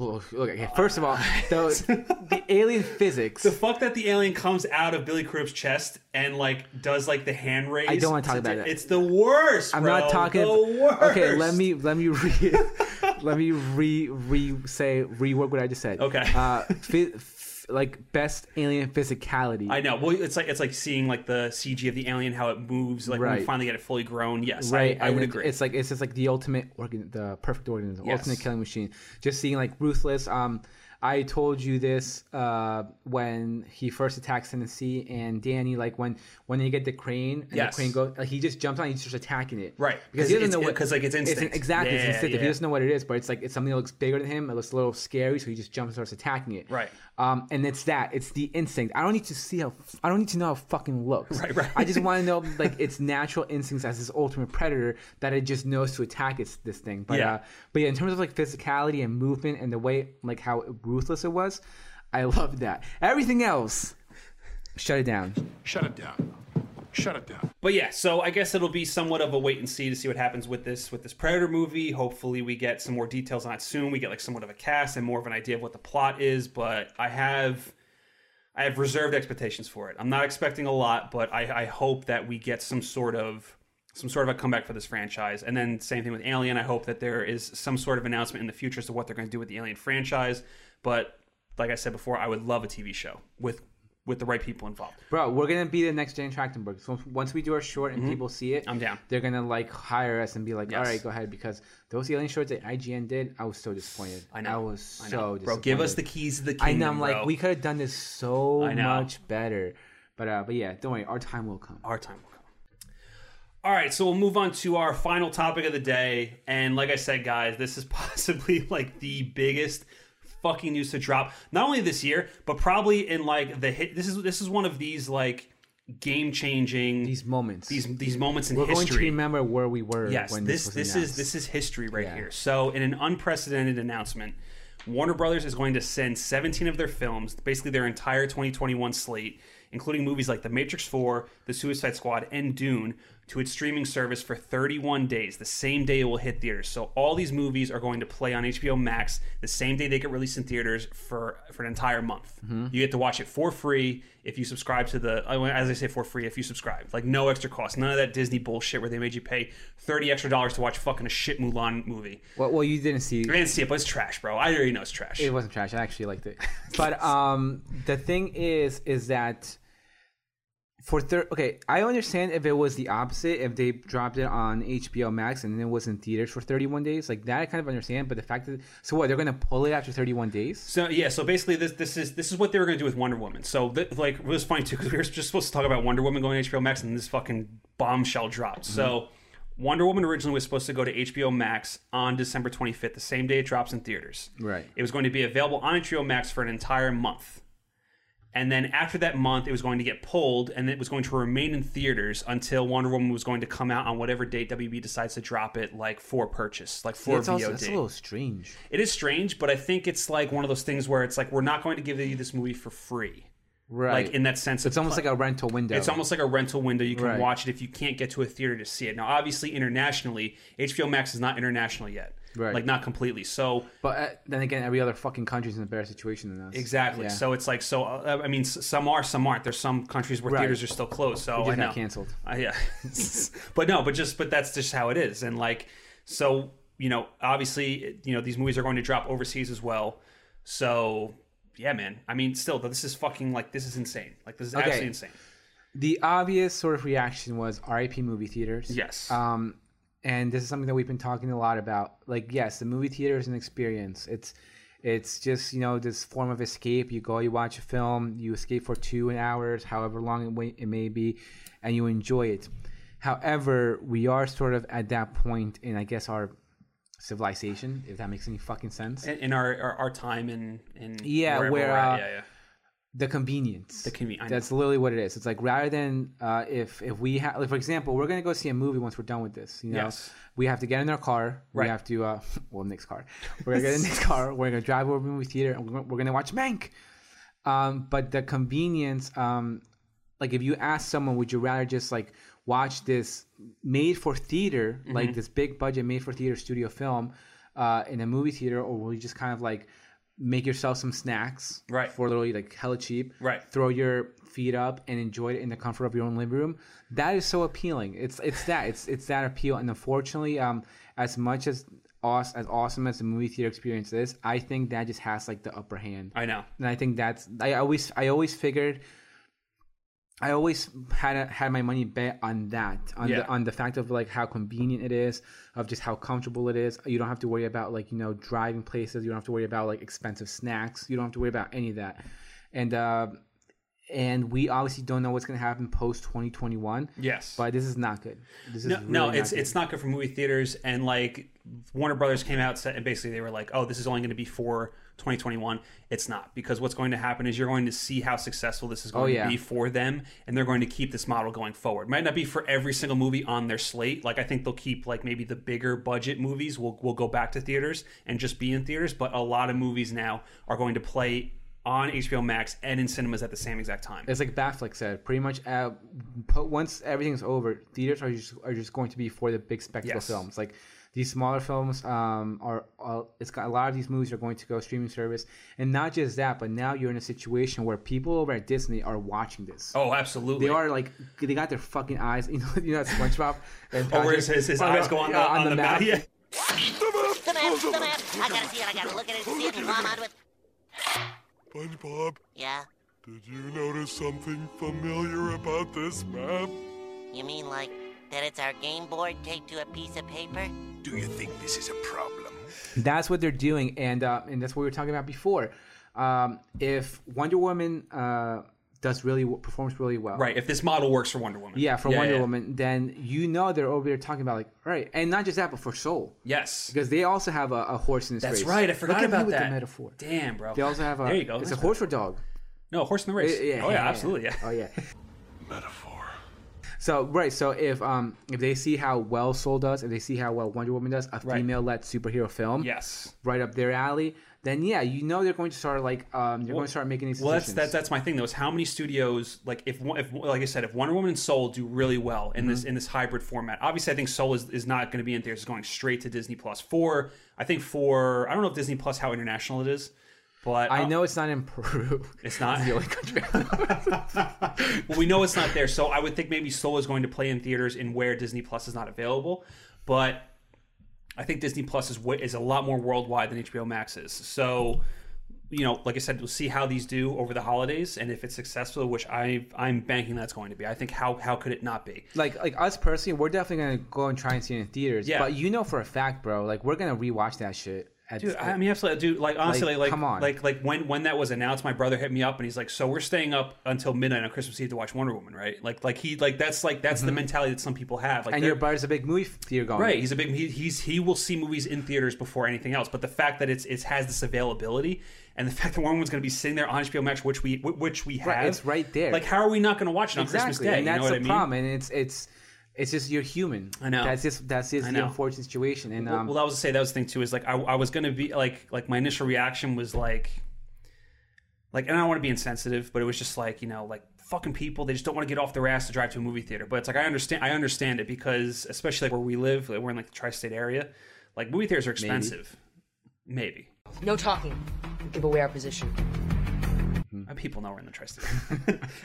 okay. First of [laughs] all, the, the alien physics. [laughs]
The fuck that the alien comes out of Billy Crudup's chest and like does like the hand raise.
I don't wanna talk about it.
It's the worst.
I'm
bro.
not talking.
The worst.
Okay, let me let me re [laughs] let me re re say rework what I just said.
Okay.
Uh, fi- f- like best alien physicality.
I know. Well, it's like it's like seeing like the CG of the alien, how it moves. Like when
Right.
you finally get it fully grown. Yes,
Right,
I, I
and
would
it-
agree.
It's like it's just like the ultimate organ, the perfect organism,
Yes.
ultimate killing machine. Just seeing like ruthless. Um, I told you this uh, when he first attacks Tennessee and Danny. Like when when they get the crane and
Yes.
the crane goes, like he just jumps on, he's just attacking it.
Right,
because he doesn't
because
know
it's-
what
'cause, like, it's instinct.
exactly, it's
Yeah,
instinctive. He
yeah.
doesn't know what it is, but it's like it's something that looks bigger than him. It looks a little scary, so he just jumps and starts attacking it.
Right.
Um, and it's that. It's the instinct. I don't need to see how. I don't need to know how it fucking looks.
Right, right.
I just want to know like its natural instincts as this ultimate predator that it just knows to attack its, this thing. But
Yeah.
uh, but yeah, in terms of like physicality and movement and the way like how ruthless it was, I [laughs] loved that. Everything else, shut it down.
Shut it down. Shut it down.
But yeah, so I guess it'll be somewhat of a wait and see to see what happens with this with this Predator movie. Hopefully, we get some more details on it soon. We get like somewhat of a cast and more of an idea of what the plot is. But I have I have reserved expectations for it. I'm not expecting a lot, but I, I hope that we get some sort of some sort of a comeback for this franchise. And then same thing with Alien. I hope that there is some sort of announcement in the future as to what they're going to do with the Alien franchise. But like I said before, I would love a TV show with with the right people involved.
Bro, we're gonna be the next Jane Trachtenberg. So once we do our short and
Mhm.
people see it,
I'm down.
They're gonna like hire us and be like,
Yes.
"All right, go ahead," because those alien shorts that IGN did, I was so disappointed. I know. I was
I
so
know.
disappointed.
Bro, give us the keys to the
I know. I'm
kingdom,
like,
bro.
we could have done this so
I know.
much better. But uh, but yeah, don't worry, our time will come.
Our time will come. All right, so we'll move on to our final topic of the day. And like I said, guys, this is [laughs] possibly like the biggest fucking news to drop, not only this year, but probably in like the hit. This is this is one of these like game changing
these moments,
these these moments in
We're
history.
going to remember where we were.
Yes,
when
this
this, was
this, is
announced.
this is history right
Yeah.
here. So, in an unprecedented announcement, Warner Brothers is going to send 17 of their films, basically their entire 2021 slate, including movies like The Matrix 4, The Suicide Squad, and Dune, to its streaming service for 31 days. The same day it will hit theaters. So, all these movies are going to play on HBO Max the same day they get released in theaters for for an entire month. You get to watch it for free if you subscribe to the. I- As I say, for free if you subscribe, like no extra cost, none of that Disney bullshit where they made you pay thirty extra dollars to watch fucking a shit Mulan movie.
Well, well, you didn't see.
I didn't see it, but it's trash, bro. I already know it's trash.
It wasn't trash. I actually liked it. [laughs] But um, the thing is, is that for third, okay, I understand if it was the opposite, if they dropped it on HBO Max and then it was in theaters for 31 days, like that I kind of understand. But the fact that so what they're gonna pull it after 31 days?
So yeah, so basically this this is this is what they were going to do with Wonder Woman. So th- like it was funny too because we were just supposed to talk about Wonder Woman going to HBO Max and this fucking bombshell dropped. So
Mm-hmm.
Wonder Woman originally was supposed to go to HBO Max on December 25th, the same day it drops in theaters.
Right.
It was going to be available on HBO Max for an entire month. And then after that month, it was going to get pulled and it was going to remain in theaters until Wonder Woman was going to come out on whatever date WB decides to drop it, like for purchase, like for
it's
VOD.
also it's a little strange.
It is strange, but I think it's like one of those things where it's like we're not going to give you this movie for free.
Right.
Like in that sense,
It's almost like a rental window.
It's almost like a rental window. You can
Right.
watch it if you can't get to a theater to see it. Now, obviously, internationally, HBO Max is not international yet.
Right.
Like not completely. So
But uh, then again, every other fucking country's in a better situation than us.
exactly.
Yeah.
So it's like so. Uh, I mean, s- some are, some aren't. There's some countries where
Right.
theaters are still closed. So
We just
I know.
got canceled.
Uh, yeah. [laughs] but no, but just but that's just how it is. And like so, you know, obviously, you know, these movies are going to drop overseas as well. So yeah, man. I mean, still, though, this is fucking like this is insane. Like this is
Okay.
absolutely insane.
the obvious sort of reaction was RIP movie theaters.
Yes.
Um, and this is something that we've been talking a lot about. Like, yes, the movie theater is an experience. It's, it's just you know this form of escape. You go, you watch a film, you escape for two hours, however long it, wa- it may be, and you enjoy it. However, we are sort of at that point in, I guess, our civilization, if that makes any fucking sense.
In, in our, our our time and and
Yeah,
wherever
where,
we're at.
uh,
yeah, yeah.
the convenience. The
convenience.
That's literally what it is. It's like rather than uh, if if we have, like, for example, we're gonna go see a movie once we're done with this. You know,
Yes.
we have to get in our car.
Right.
We have to, uh, [laughs] well, Nick's
[laughs]
car. We're gonna get in Nick's car. We're gonna drive over to the movie theater. And we're, gonna, we're gonna watch Mank. Um, but the convenience, um, like if you ask someone, would you rather just like watch this made for theater,
Mm-hmm.
like this big budget made for theater studio film, uh, in a movie theater, or will you just kind of like make yourself some snacks,
Right.
for literally like hella cheap,
Right.
Throw your feet up and enjoy it in the comfort of your own living room. That is so appealing. It's it's that it's it's that appeal. And unfortunately, um, as much as aw- as awesome as the movie theater experience is, I think that just has like the upper hand.
I know.
And I think that's I always I always figured I always had a, had my money bet on that on
Yeah.
the on the fact of like how convenient it is, of just how comfortable it is. You don't have to worry about like you know driving places. You don't have to worry about like expensive snacks. You don't have to worry about any of that. And uh, and we obviously don't know what's gonna happen post twenty twenty one.
Yes.
but this is not good. This is
no,
really
no,
not
it's
good.
it's not good for movie theaters. And like Warner Brothers came out sa- and basically they were like, "Oh, this is only going to be for 2021." It's not because what's going to happen is you're going to see how successful this is going
Oh, yeah.
to be for them, and they're going to keep this model going forward. Might not be for every single movie on their slate. Like I think they'll keep like maybe the bigger budget movies will will go back to theaters and just be in theaters. But a lot of movies now are going to play on HBO Max and in cinemas at the same exact time.
It's like Batfleck said, pretty much. Uh, po- once everything's over, theaters are just are just going to be for the big spectacle
Yes.
films. Like these smaller films um, are. are it's got a lot of these movies are going to go streaming service, and not just that, but now you're in a situation where people over at Disney are watching this.
Oh, absolutely.
They are like they got their fucking eyes. [laughs] You know, you know that SpongeBob. And
Oh, where his, his, his
Oh,
eyes
no,
go on the,
yeah,
on the, map. [laughs] Yeah.
The map, the map. I gotta see it. I gotta look at it, see it, and glom on with.
SpongeBob,
Yeah. Did you notice something familiar about this map?
You mean like that it's our game board taped to a piece of paper?
Do you think this is a problem?
[laughs] That's what they're doing, and uh, and that's what we were talking about before. Um, if Wonder Woman uh, does really performs really well,
Right. If this model works for Wonder Woman.
yeah, for
yeah,
Wonder
yeah.
Woman, then you know they're over there talking about like, all right, and not just that, but for Soul,
Yes.
because they also have a, a horse in this
That's
race.
right. I
Look
forgot
at me
about
with
that.
the metaphor.
Damn, bro.
They also have a.
There you go.
It's
That's
a horse or dog.
No, horse in the race.
Yeah,
oh
yeah,
yeah,
yeah.
absolutely. Yeah.
Oh yeah. Metaphor. So right, so if um if they see how well Soul does, if they see how well Wonder Woman does, a female-led superhero film,
yes,
right up their alley, then yeah, you know they're going to start like um they're
Well-
going to start making these
Well, that's
decisions.
that, that's my thing though. Is how many studios like if one- if like I said, if Wonder Woman and Soul do really well in this
Mhm.
in this hybrid format. Obviously, I think Soul is, is not going to be in theaters. It's going straight to Disney Plus. For I think for I don't know if Disney Plus how international it is, but
I know it's not in Peru.
It's
[laughs]
not
the only country.
well, we know it's not there, so I would think maybe Soul is going to play in theaters in where Disney Plus is not available. But I think Disney Plus is wa- is a lot more worldwide than HBO Max is. So, you know, like I said, we'll see how these do over the holidays, and if it's successful, which I I'm banking that's going to be. I think how how could it not be?
Like like us personally, we're definitely gonna go and try and see it in theaters.
Yeah.
But you know for a fact, bro, like we're gonna rewatch that shit. At,
Dude, I mean, absolutely, dude. Like, honestly, like,
Like,
like,
come on.
like, like, when when that was announced, my brother hit me up and he's like, "So we're staying up until midnight on Christmas Eve to watch Wonder Woman, right?" Like, like he, like that's like that's the
Mhm.
mentality that some people have. Like,
and
they're-
your brother's a big movie theater going.
Right, he's a big he, he's he will see movies in theaters before anything else. But the fact that it's it has this availability and the fact that Wonder Woman's going to be sitting there on HBO Max, which we wh- which we have,
Right, it's right there.
Like, how are we not going to watch it on
exactly.
Christmas Day?
And that's
you know what
the
I mean?
problem. And it's it's it's just you're human.
I know.
That's just that's just
I
the
know.
unfortunate situation. And
Well-
um,
well, that was to say that was the thing too. Is like I, I was going to be like like my initial reaction was like like and I don't want to be insensitive, but it was just like you know like fucking people they just don't want to get off their ass to drive to a movie theater. But it's like I understand I understand it because especially like where we live, like, we're in like the tri-state area, like movie theaters are
Maybe.
expensive. Maybe.
No talking. Give away our position.
Uh, People know we're in the tri-state.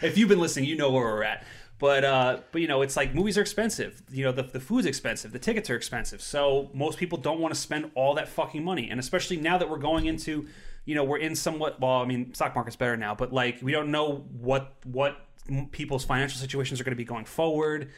if you've been listening, you know where we're at. But uh, but you know, it's like movies are expensive. You know, the, the food's expensive, the tickets are expensive. So most people don't want to spend all that fucking money, and especially now that we're going into, you know, we're in somewhat. Well, I mean, stock market's better now, but like we don't know what what m- people's financial situations are going to be going forward.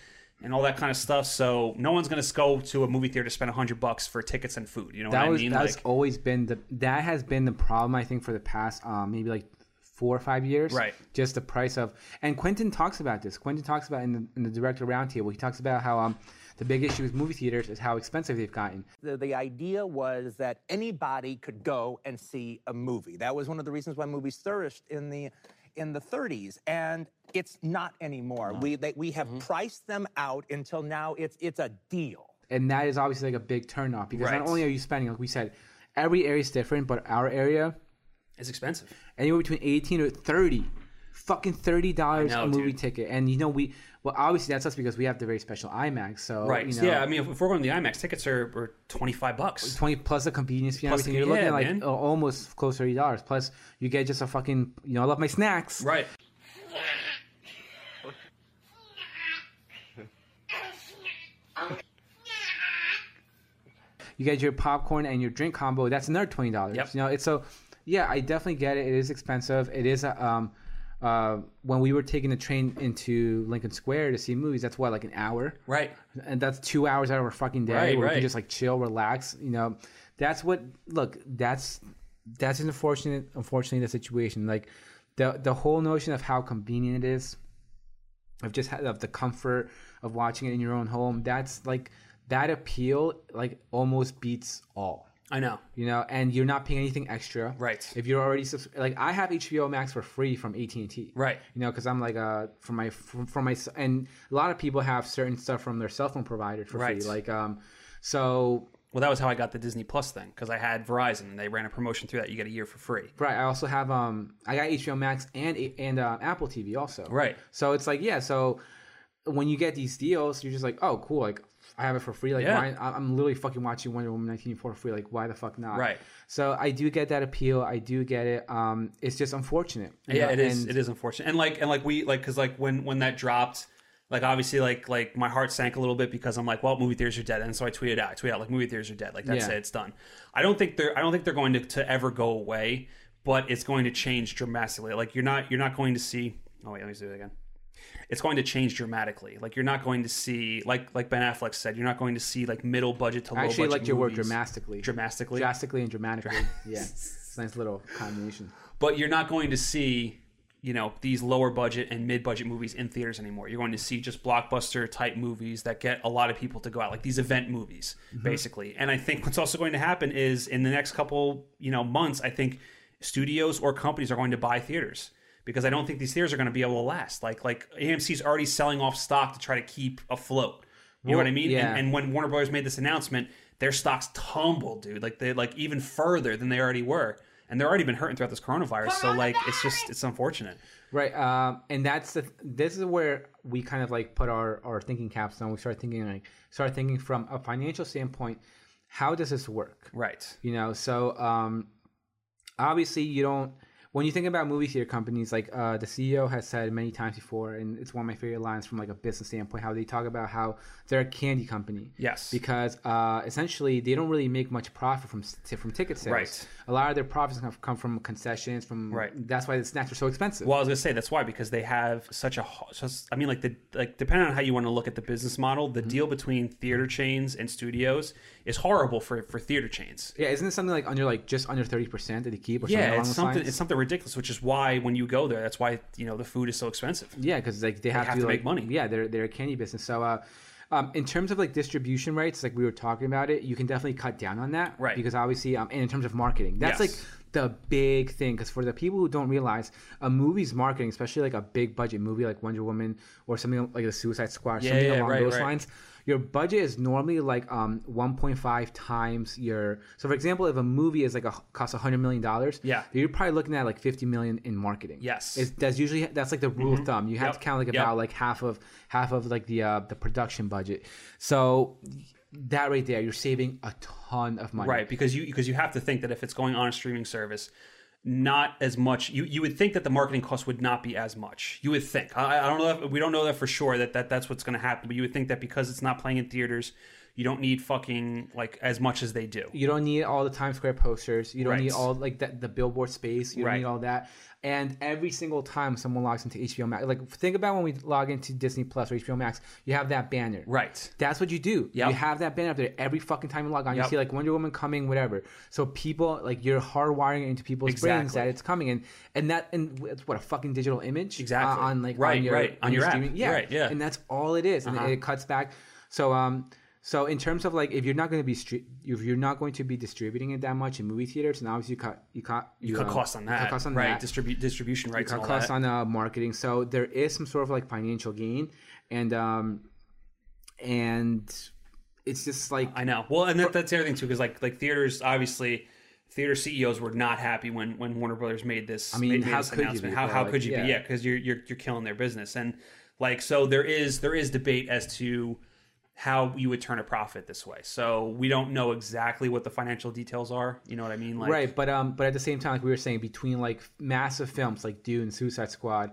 And all that kind of stuff. So no one's going to go to a movie theater to spend hundred bucks for tickets and food. You know
that
what
was
I mean?
that's always been the that has been the problem I think for the past um, maybe like four or five years.
Right.
Just the price of and Quentin talks about this. Quentin talks about in the, in the director roundtable. He talks about how um the big issue with movie theaters is how expensive they've gotten.
The, the idea was that anybody could go and see a movie. That was one of the reasons why movies flourished in the in the 30s, and it's not anymore. We they, we have priced them out until now. It's it's a deal.
and that is obviously like a big turnoff because
Right.
not only are you spending like we said every area is different but our area
is expensive
anywhere between 18 to 30 fucking 30 dollars
I
a
know,
movie ticket and you know we well obviously that's us because we have the very special imax so
right.
you know,
yeah. I mean, if, if we're going to the IMAX, tickets are, are twenty five bucks.
20 plus the convenience fee and
Plus the-
everything you're looking
yeah,
at like
man.
uh, almost close to 30 dollars plus you get just a fucking you know i love my snacks
right
you get your popcorn and your drink combo that's another $20 you know it's so yeah i definitely get it it is expensive it is a, um uh, when we were taking the train into Lincoln Square to see movies, that's what like an hour,
right?
And that's two hours out of our fucking day
Right,
where we
right.
can just like chill, relax. You know, that's what. Look, that's that's an unfortunate, unfortunately, the situation. Like the the whole notion of how convenient it is, of just ha- of the comfort of watching it in your own home. That's like that appeal like almost beats all.
I know.
You know, and you're not paying anything extra,
right?
If you're already subs- like, I have HBO Max for free from AT and T,
right?
You know, because I'm like, uh, for my from, from my s- and a lot of people have certain stuff from their cell phone provider for
Right.
free, like um, so
well, that was how I got the Disney Plus thing because I had Verizon and they ran a promotion through that. You get a year for free.
Right. I also have um I got HBO Max and and uh, Apple TV also.
Right.
So it's like yeah. So when you get these deals, you're just like oh cool like I have it for free like
Yeah.
why I- I'm literally fucking watching Wonder Woman 1984 for free like why the fuck not
Right.
So I do get that appeal. I do get it. Um, it's just unfortunate. you
Yeah,
know,
it is.
and-
It is unfortunate, and like and like we like because like when when that dropped, like obviously like like my heart sank a little bit because I'm like, well, movie theaters are dead, and so I tweeted out, I tweeted out like movie theaters are dead, like that's
Yeah.
it, it's done. I don't think they're I don't think they're going to, to ever go away, but it's going to change dramatically. Like you're not you're not going to see. Oh wait, let me do that again. It's going to change dramatically. Like you're not going to see like like Ben Affleck said, you're not going to see like middle budget to low
actually
budget
like your word
movies.
dramatically.
Dramatically.
Drastically
[laughs]
and dramatically. yeah. It's a nice little combination.
But you're not going to see you know these lower budget and mid budget movies in theaters anymore. You're going to see just blockbuster type movies that get a lot of people to go out, like these event movies,
Mm-hmm.
Mhm.
basically. And I think what's also going to happen is in the next couple you know months, I think studios or companies are going to buy theaters because I don't think these theaters are going to be able to last. Like like AMC's already selling off stock to try to keep afloat. You know
Well,
what I mean?
yeah.
And, and when Warner Brothers made this announcement, their stocks tumbled, dude. Like they like even further than they already were. And they're already been hurting throughout this coronavirus. So like it's just it's unfortunate.
Right. Um, and that's the this is where we kind of like put our, our thinking caps on. We start thinking like start thinking from a financial standpoint, how does this work?
Right.
You know, so um obviously you don't when you think about movie theater companies, like uh, the CEO has said many times before, and it's one of my favorite lines from like a business standpoint, how they talk about how they're a candy company.
Yes.
Because uh, essentially they don't really make much profit from s- t- from ticket sales.
Right.
A lot of their profits have come from concessions, from
Right.
That's why the snacks are so expensive.
Well, I was gonna say that's why because they have such a. ho- Just, I mean, like the like depending on how you want to look at the business model, the deal between theater chains and studios is horrible for for theater chains.
Yeah, isn't it something like under like just under thirty percent that they keep? Or
yeah,
something
it's something it's something ridiculous, which is why when you go there, that's why you know the food is so expensive.
Yeah, because like they have,
have to make
like, money. Yeah, they're they're a candy business. So, uh, um, in terms of like distribution rights, like we were talking about it, you can definitely cut down on that, right? Because obviously, um, and in terms of marketing,
Yes.
that's like the big thing. Because for the people who don't realize, a movie's marketing, especially like a big budget movie like Wonder Woman or something like the Suicide Squad,
Yeah,
something
yeah,
along
right,
those
right.
lines. Your budget is normally like um, 1.5 times your. So, for example, if a movie is like a costs 100 million dollars, yeah, you're probably looking at like 50 million in marketing.
Yes.
it's, that's usually that's like the rule
Mhm.
of thumb. You have
Yep.
to count like
Yep.
about like half of half of like the uh, the production budget. So that right there, you're saving a ton of money.
Right, because you because you have to think that if it's going on a streaming service, not as much. You you would think that the marketing cost would not be as much. You would think. I, I don't know. If, we don't know that for sure. That, that that's what's going to happen. But you would think that because it's not playing in theaters, you don't need fucking like as much as they do.
You don't need all the Times Square posters. You don't
Right.
need all like the, the billboard space. You don't
Right.
need all that. And every single time someone logs into HBO Max, like think about when we log into Disney Plus or HBO Max, you have that banner.
Right.
That's what you do.
Yep.
You have that banner up there every fucking time you log on. You
Yep.
see like Wonder Woman coming, whatever. So people like you're hardwiring it into people's brains
Exactly.
that it's coming, and and that and it's what a fucking digital image
Exactly.
uh, on like
Right,
on your,
right, on your app.
streaming. Yeah,
Right, yeah.
And that's all it is, and
Uh-huh.
it cuts back. So um, so in terms of like if you're not going to be stre- if you're not going to be distributing it that much in movie theaters, and obviously you cut you cut
You, cut
um,
costs on
you
that.
cut costs on
right.
that.
Distribu- distribution rights.
You
and
cut
all
costs
that.
on uh, marketing. So there is some sort of like financial gain, and um, and it's just like
I know. Well, and that, that's the other thing too, because like like theaters obviously. Theater CEOs were not happy when, when Warner Brothers made this.
I mean,
made, made
how
this
could you
announcement.
be,
How,
bro?
how
Like,
could you
yeah.
be? Yeah, because you're, you're you're killing their business, and like so there is there is debate as to how you would turn a profit this way. So we don't know exactly what the financial details are. You know what I mean? Like,
right, but um, but at the same time, like we were saying, between like massive films like Dune, Suicide Squad,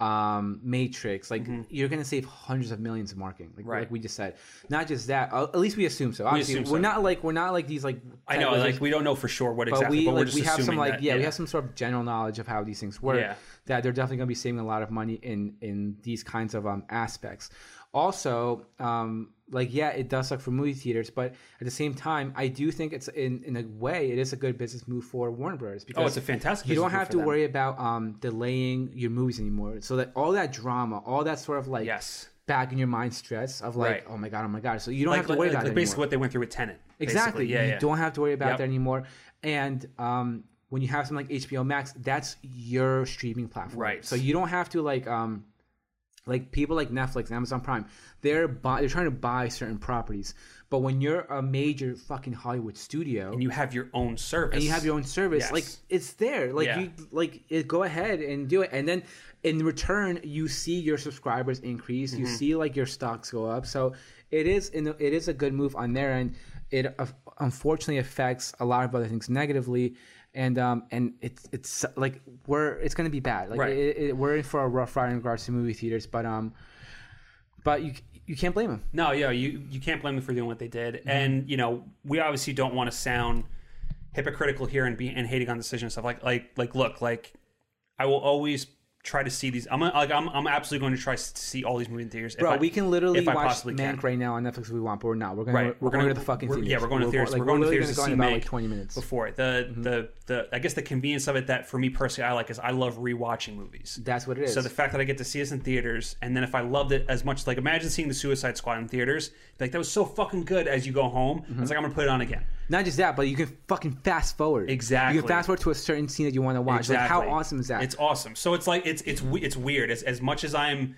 um, Matrix, like you're gonna save hundreds of millions in marketing, like,
Mm-hmm. Right.
like we just said. Not just that, uh, at least we assume so. Obviously, we
assume
are
so.
not like we're not like these like
I know,
type of-
like we don't know for sure what exactly, but,
but we
we're
like
just
we have some
assuming
like
that,
yeah, we have some sort of general knowledge of how these things work.
Yeah.
That they're definitely going to be saving a lot of money in in these kinds of um aspects. Also, um, like yeah, it does suck for movie theaters, but at the same time, I do think it's in in a way it is a good business move for Warner Brothers because
Oh, it's a fantastic
You
business
don't
move
have
for
to
them.
worry about um delaying your movies anymore. So that all that drama, all that sort of like yes. Back in your mind, stress of like,
Right.
oh my god, oh my god. So you don't
Like-
have to worry
like-
about
like
it
basically
anymore.
what they went through with Tenant.
Exactly.
Yeah,
you
yeah.
don't have to worry about
Yep.
that anymore. And um, when you have something like HBO Max, that's your streaming platform.
Right.
So you don't have to like um, like people like Netflix, and Amazon Prime. They're buy- they're trying to buy certain properties. But when you're a major fucking Hollywood studio
and you have your own service,
and you have your own service,
Yes.
like it's there. Like
Yeah.
you like it, go ahead and do it. And then in return, you see your subscribers increase. You
Mhm.
see like your stocks go up. So it is in the, it is a good move on their end. It uh, unfortunately affects a lot of other things negatively. And um and it's it's like we're it's gonna be bad like
Right.
it, it, we're in for a rough ride in regards to movie theaters but um but you you can't blame them Mm-hmm.
No, yeah, you you can't blame them for doing what they did, and you know we obviously don't want to sound hypocritical here and be and hating on the decision and stuff. Like like like look like I will always try to see these. I'm gonna- like I'm I'm absolutely going to try s- to see all these movie theaters. if
Bro,
I-
we can literally
if I
watch
possibly can.
Mank right now on Netflix if we want, but we're not. We're gonna
Right,
we're, going to the fucking
we're-
theaters.
Yeah, we're going to theaters.
like,
we're going to
literally
theaters to
gonna
see
go in about
Mank
like twenty minutes.
before it. the
Mm-hmm.
the the. I guess the convenience of it that for me personally, I like is I love rewatching movies.
That's what it is.
So the fact that I get to see this in theaters, and then if I loved it as much, like imagine seeing the Suicide Squad in theaters, like that was so fucking good. As you go home,
Mm-hmm.
it's like I'm gonna put it on again.
Not just that, but you can fucking fast forward.
Exactly.
You can fast forward to a certain scene that you want to watch. Like, how
Exactly.
awesome is that?
It's awesome. So it's like it's it's we- it's weird. As as much as I'm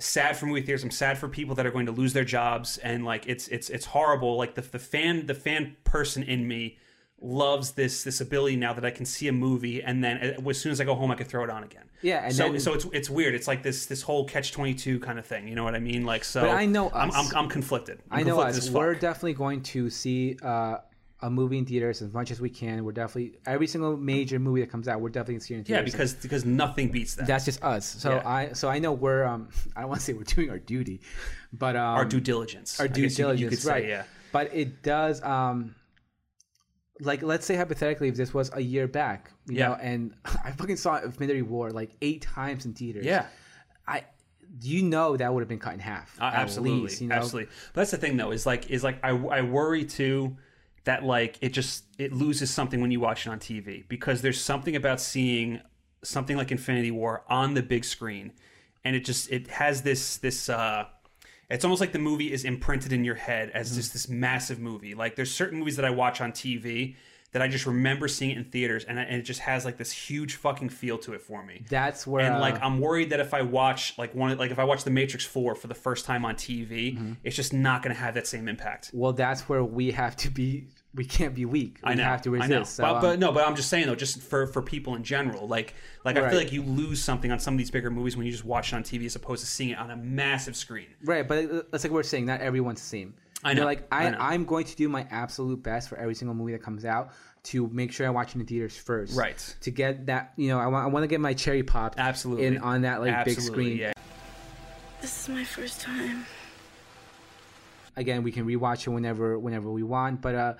sad for movie theaters, I'm sad for people that are going to lose their jobs, and like it's it's it's horrible. Like the the fan the fan person in me loves this this ability now that I can see a movie, and then uh, as soon as I go home, I can throw it on again.
Yeah, and
so
then-
so it's it's weird. It's like this this whole catch twenty two kind of thing. You know what I mean? Like so.
But I know
I'm,
us.
I'm, I'm conflicted. I'm
I know
conflicted
us.
as fuck.
We're definitely going to see uh, a movie in theaters as much as we can. We're definitely every single major movie that comes out, we're definitely seeing.
Yeah, because because nothing beats that.
that's just us. So
Yeah.
I so I know we're um [laughs] I don't want to say we're doing our duty, but um,
Our due diligence.
Our
I
due
guess you- you
diligence,
could say,
right?
yeah.
But it does um like let's say hypothetically if this was a year back, you
Yeah.
know, and [laughs] I fucking saw Infinity War like eight times in theaters.
Yeah.
I you know that would have been cut in half.
Uh,
at
absolutely,
least, you know?
absolutely. But that's the thing, though, is like is like I, I worry too that like it just it loses something when you watch it on TV because there's something about seeing something like Infinity War on the big screen, and it just it has this this uh it's almost like the movie is imprinted in your head
Mm-hmm.
as just this massive movie. Like there's certain movies that I watch on TV that I just remember seeing it in theaters, and, I, and it just has like this huge fucking feel to it for me.
That's where
and
uh,
like I'm worried that if I watch like one like if I watch The Matrix Four for the first time on TV, it's just not going to have that same impact.
well that's where Mm-hmm. we have to be we can't be weak we
I know.
have to resist
I know.
So,
but, but
um,
no, but I'm just saying though, just for for people in general, like like I
Right.
feel like you lose something on some of these bigger movies when you just watch it on TV as opposed to seeing it on a massive screen.
right but uh, that's like we're saying not everyone's the same
I
You
know,
like
I
I,
know.
i'm going to do my absolute best for every single movie that comes out to make sure i watch it in the theaters first
Right.
to get that you know i want, I want to get my cherry pop
absolutely
in on that like big
Absolutely,
screen
yeah.
This is my first time.
again we can rewatch it whenever whenever we want but uh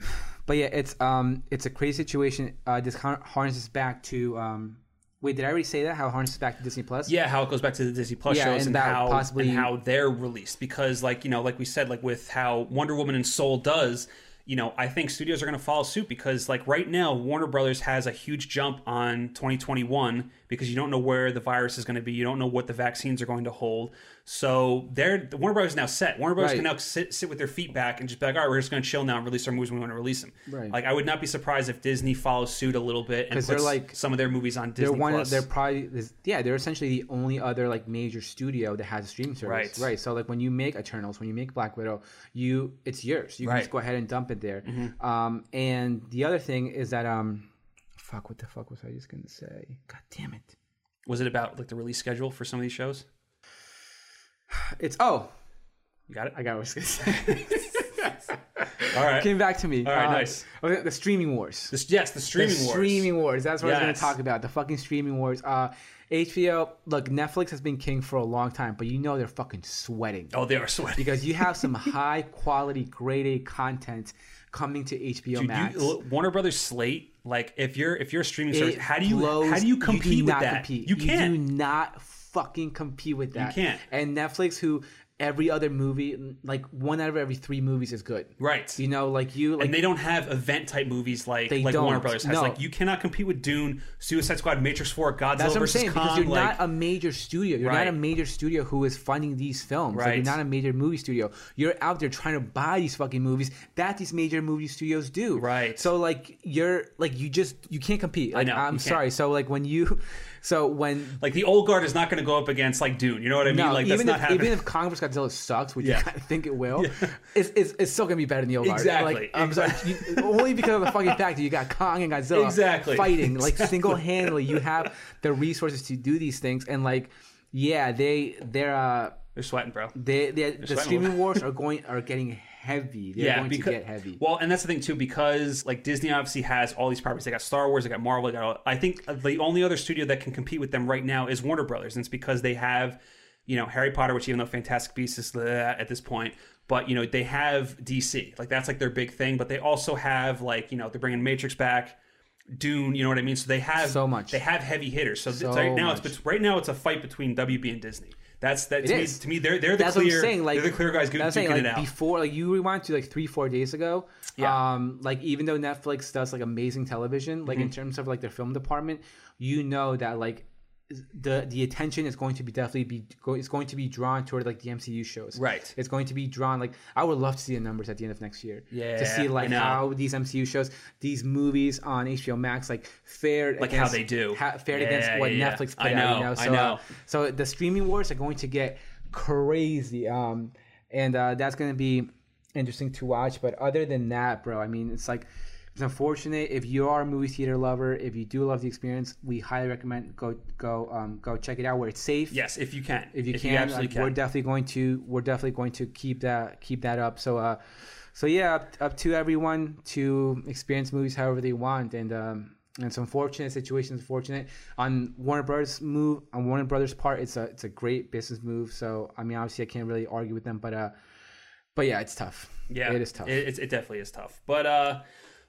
[sighs] but yeah it's um it's a crazy situation uh this har- harnesses back to um wait did i already say that how it harnesses back to disney plus
Yeah, how it goes back to the Disney Plus
Yeah,
shows and,
and that
how
possibly-
and how they're released because, like you know, like we said, like with how Wonder Woman and Soul does, you know, I think studios are going to follow suit because, like right now, Warner Brothers has a huge jump on 2021 because you don't know where the virus is going to be, you don't know what the vaccines are going to hold, so they're Warner Brothers is now set. Warner Brothers
Right.
can now sit sit with their feet back and just be like, all right, we're just going to chill now and release our movies when we want to release them.
Right.
Like I would not be surprised if Disney follows suit a little bit and
'Cause
puts
they're like-
some of their movies on Disney
they're one.
Plus.
They're probably this- yeah. They're essentially the only other like major studio that has a streaming
Right.
service, right? So like when you make Eternals, when you make Black Widow, you it's yours. You can just
Right. Mm-hmm.
go ahead and dump it there. Um, and the other thing is that um, fuck, what the fuck was I just gonna say? God damn it!
Was it about like the release schedule for some of these shows?
It's oh,
You got it.
I got what I was gonna [laughs] say.
All right.
Came back to me.
All right, nice.
okay, The streaming wars.
This- yes, the streaming
the
wars.
streaming wars. That's what I was going
Yes.
to talk about. The fucking streaming wars. Uh, HBO. Look, Netflix has been king for a long time, but you know they're fucking sweating.
Oh, they are sweating.
because you have some high quality, grade A content coming to HBO
Dude,
Max.
you, look, Warner Brothers slate. Like if you're if you're a streaming
It
service, how do you
blows-
how do you compete
do
with
not
that?
compete.
You can't.
do not fucking compete with that.
can't.
And Netflix, who every other movie, like one out of every three movies is good.
Right.
You know, like you, like
and they don't have event type movies like
They
like Warner
don't.
Brothers has.
No.
Like you cannot compete with Dune, Suicide Squad, Matrix Four, Godzilla
That's what I'm
versus
saying
Kong.
because you're
like,
not a major studio. You're
Right.
not a major studio who is funding these films. Like,
Right.
you're not a major movie studio. You're out there trying to buy these fucking movies that these major movie studios do.
Right.
So like you're like you just you can't compete. Like,
know,
I'm
you can't.
sorry. So like when you, [laughs] so when
like the old guard is not going to go up against like Dune. You know what I mean? like that's
even
not
if,
happening.
even if Kong vs. Godzilla sucks, which
Yeah.
you kind of think it will, [laughs] it's, it's, it's still gonna be better than the old guard.
Exactly.
Like, I'm sorry, you- only because of the fucking fact that you got Kong and Godzilla
Exactly.
fighting like
Exactly.
single handedly. You have the resources to do these things, and like, yeah, they they're uh
they're sweating, bro.
they, they the
sweating a
streaming
little.
wars are going are getting heavy. They're going to get heavy.
Well, and that's the thing too, because like Disney obviously has all these properties. They got Star Wars, they got Marvel. They got all, I think the only other studio that can compete with them right now is Warner Brothers, and it's because they have you know Harry Potter, which even though Fantastic Beasts is bleh at this point, but you know they have DC, like that's like their big thing. But they also have like you know they're bringing Matrix back, Dune, you know what I mean. So they have
So much.
They have heavy hitters. So, th-
So
right now
much.
it's bet- right now it's a fight between WB and Disney. That's that
It
to me,
is.
to me they're they're the
that's
clear
what I'm saying. Like
they're the clear guys
that's
duking
what I'm saying,
it
like,
out.
Before, like you rewind to like three, four days ago. Um, like even though Netflix does like amazing television, like in
Mhm.
terms of like their film department, you know that like the the attention is going to be definitely be go, it's going to be drawn toward like the MCU shows.
Right.
It's going to be drawn like I would love to see the numbers at the end of next year.
Yeah,
To see
I
like
know.
how these MCU shows, these movies on HBO Max like fared
Like how
against,
they do.
ha- fared
Yeah,
against what
yeah, yeah.
Netflix put
I
out. You
know,
know?
I
So, uh,
know.
so the streaming wars are going to get crazy, um, and uh, that's going to be interesting to watch. But other than that, bro, I mean, it's like it's unfortunate if you are a movie theater lover, if you do love the experience, we highly recommend go go um, go check it out where it's safe.
Yes, if you can.
if you
If you
can,
absolutely
like, we're
can.
definitely going to we're definitely going to keep that keep that up. So. Uh, so yeah, up, up to everyone to experience movies however they want, and um, and it's unfortunate situation. It's unfortunate on Warner Brothers move on Warner Brothers part. It's a it's a great business move. So I mean, obviously, I can't really argue with them, but uh, but yeah, it's tough.
yeah,
it is tough.
It, it's- it definitely is tough. But uh,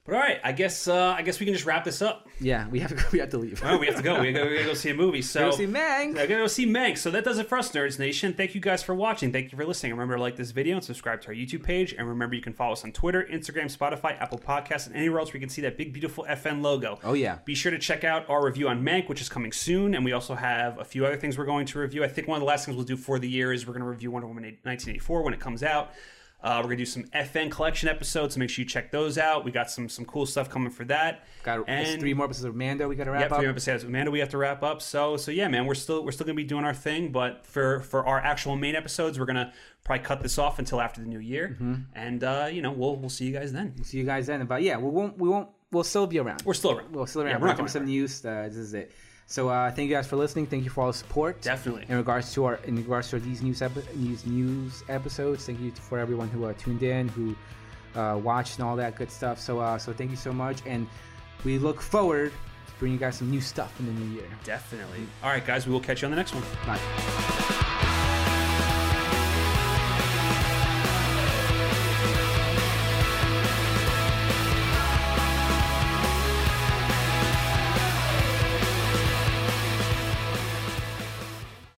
but all right, I guess uh, I guess we can just wrap this up.
yeah, [laughs] we have to go, we have to leave.
Oh, we have to go. We gotta, we gotta go see a movie. So
Gotta go see Mank.
I gotta go see Mank. So that does it for us, Nerds Nation. Thank you guys for watching. Thank you for listening. Remember to like this video and subscribe to our YouTube page. And remember, you can follow us on Twitter, Instagram, Spotify, Apple Podcasts, and anywhere else where you can see that big, beautiful FN logo.
Oh yeah.
Be sure to check out our review on Mank, which is coming soon, and we also have a few other things we're going to review. I think one of the last things we'll do for the year is we're going to review Wonder Woman 1984 when it comes out. Uh, we're going to do some FN collection episodes, so make sure you check those out. We got some some cool stuff coming for that.
[laughs] Got
And-
three more episodes of Mando. We got to
yeah,
wrap
three
up.
episodes. Amanda, we have to wrap up. So, so yeah, man, we're still we're still gonna be doing our thing, but for for our actual main episodes, we're gonna probably cut this off until after the new year,
Mhm.
and uh, you know we'll we'll see you guys then.
See you guys then. But yeah, we won't we won't we'll still be around.
We're still around.
We'll still
Yeah,
around.
we're not
we're not
going
some news. Uh, this is it. So uh, thank you guys for listening. Thank you for all the support.
Definitely.
In regards to our in regards to these news epi- news news episodes, thank you for everyone who uh, tuned in, who uh, watched, and all that good stuff. So uh, so thank you so much, and we look forward to bringing you guys some new stuff in the new year.
Definitely. All right, guys, we will catch you on the next one.
Bye.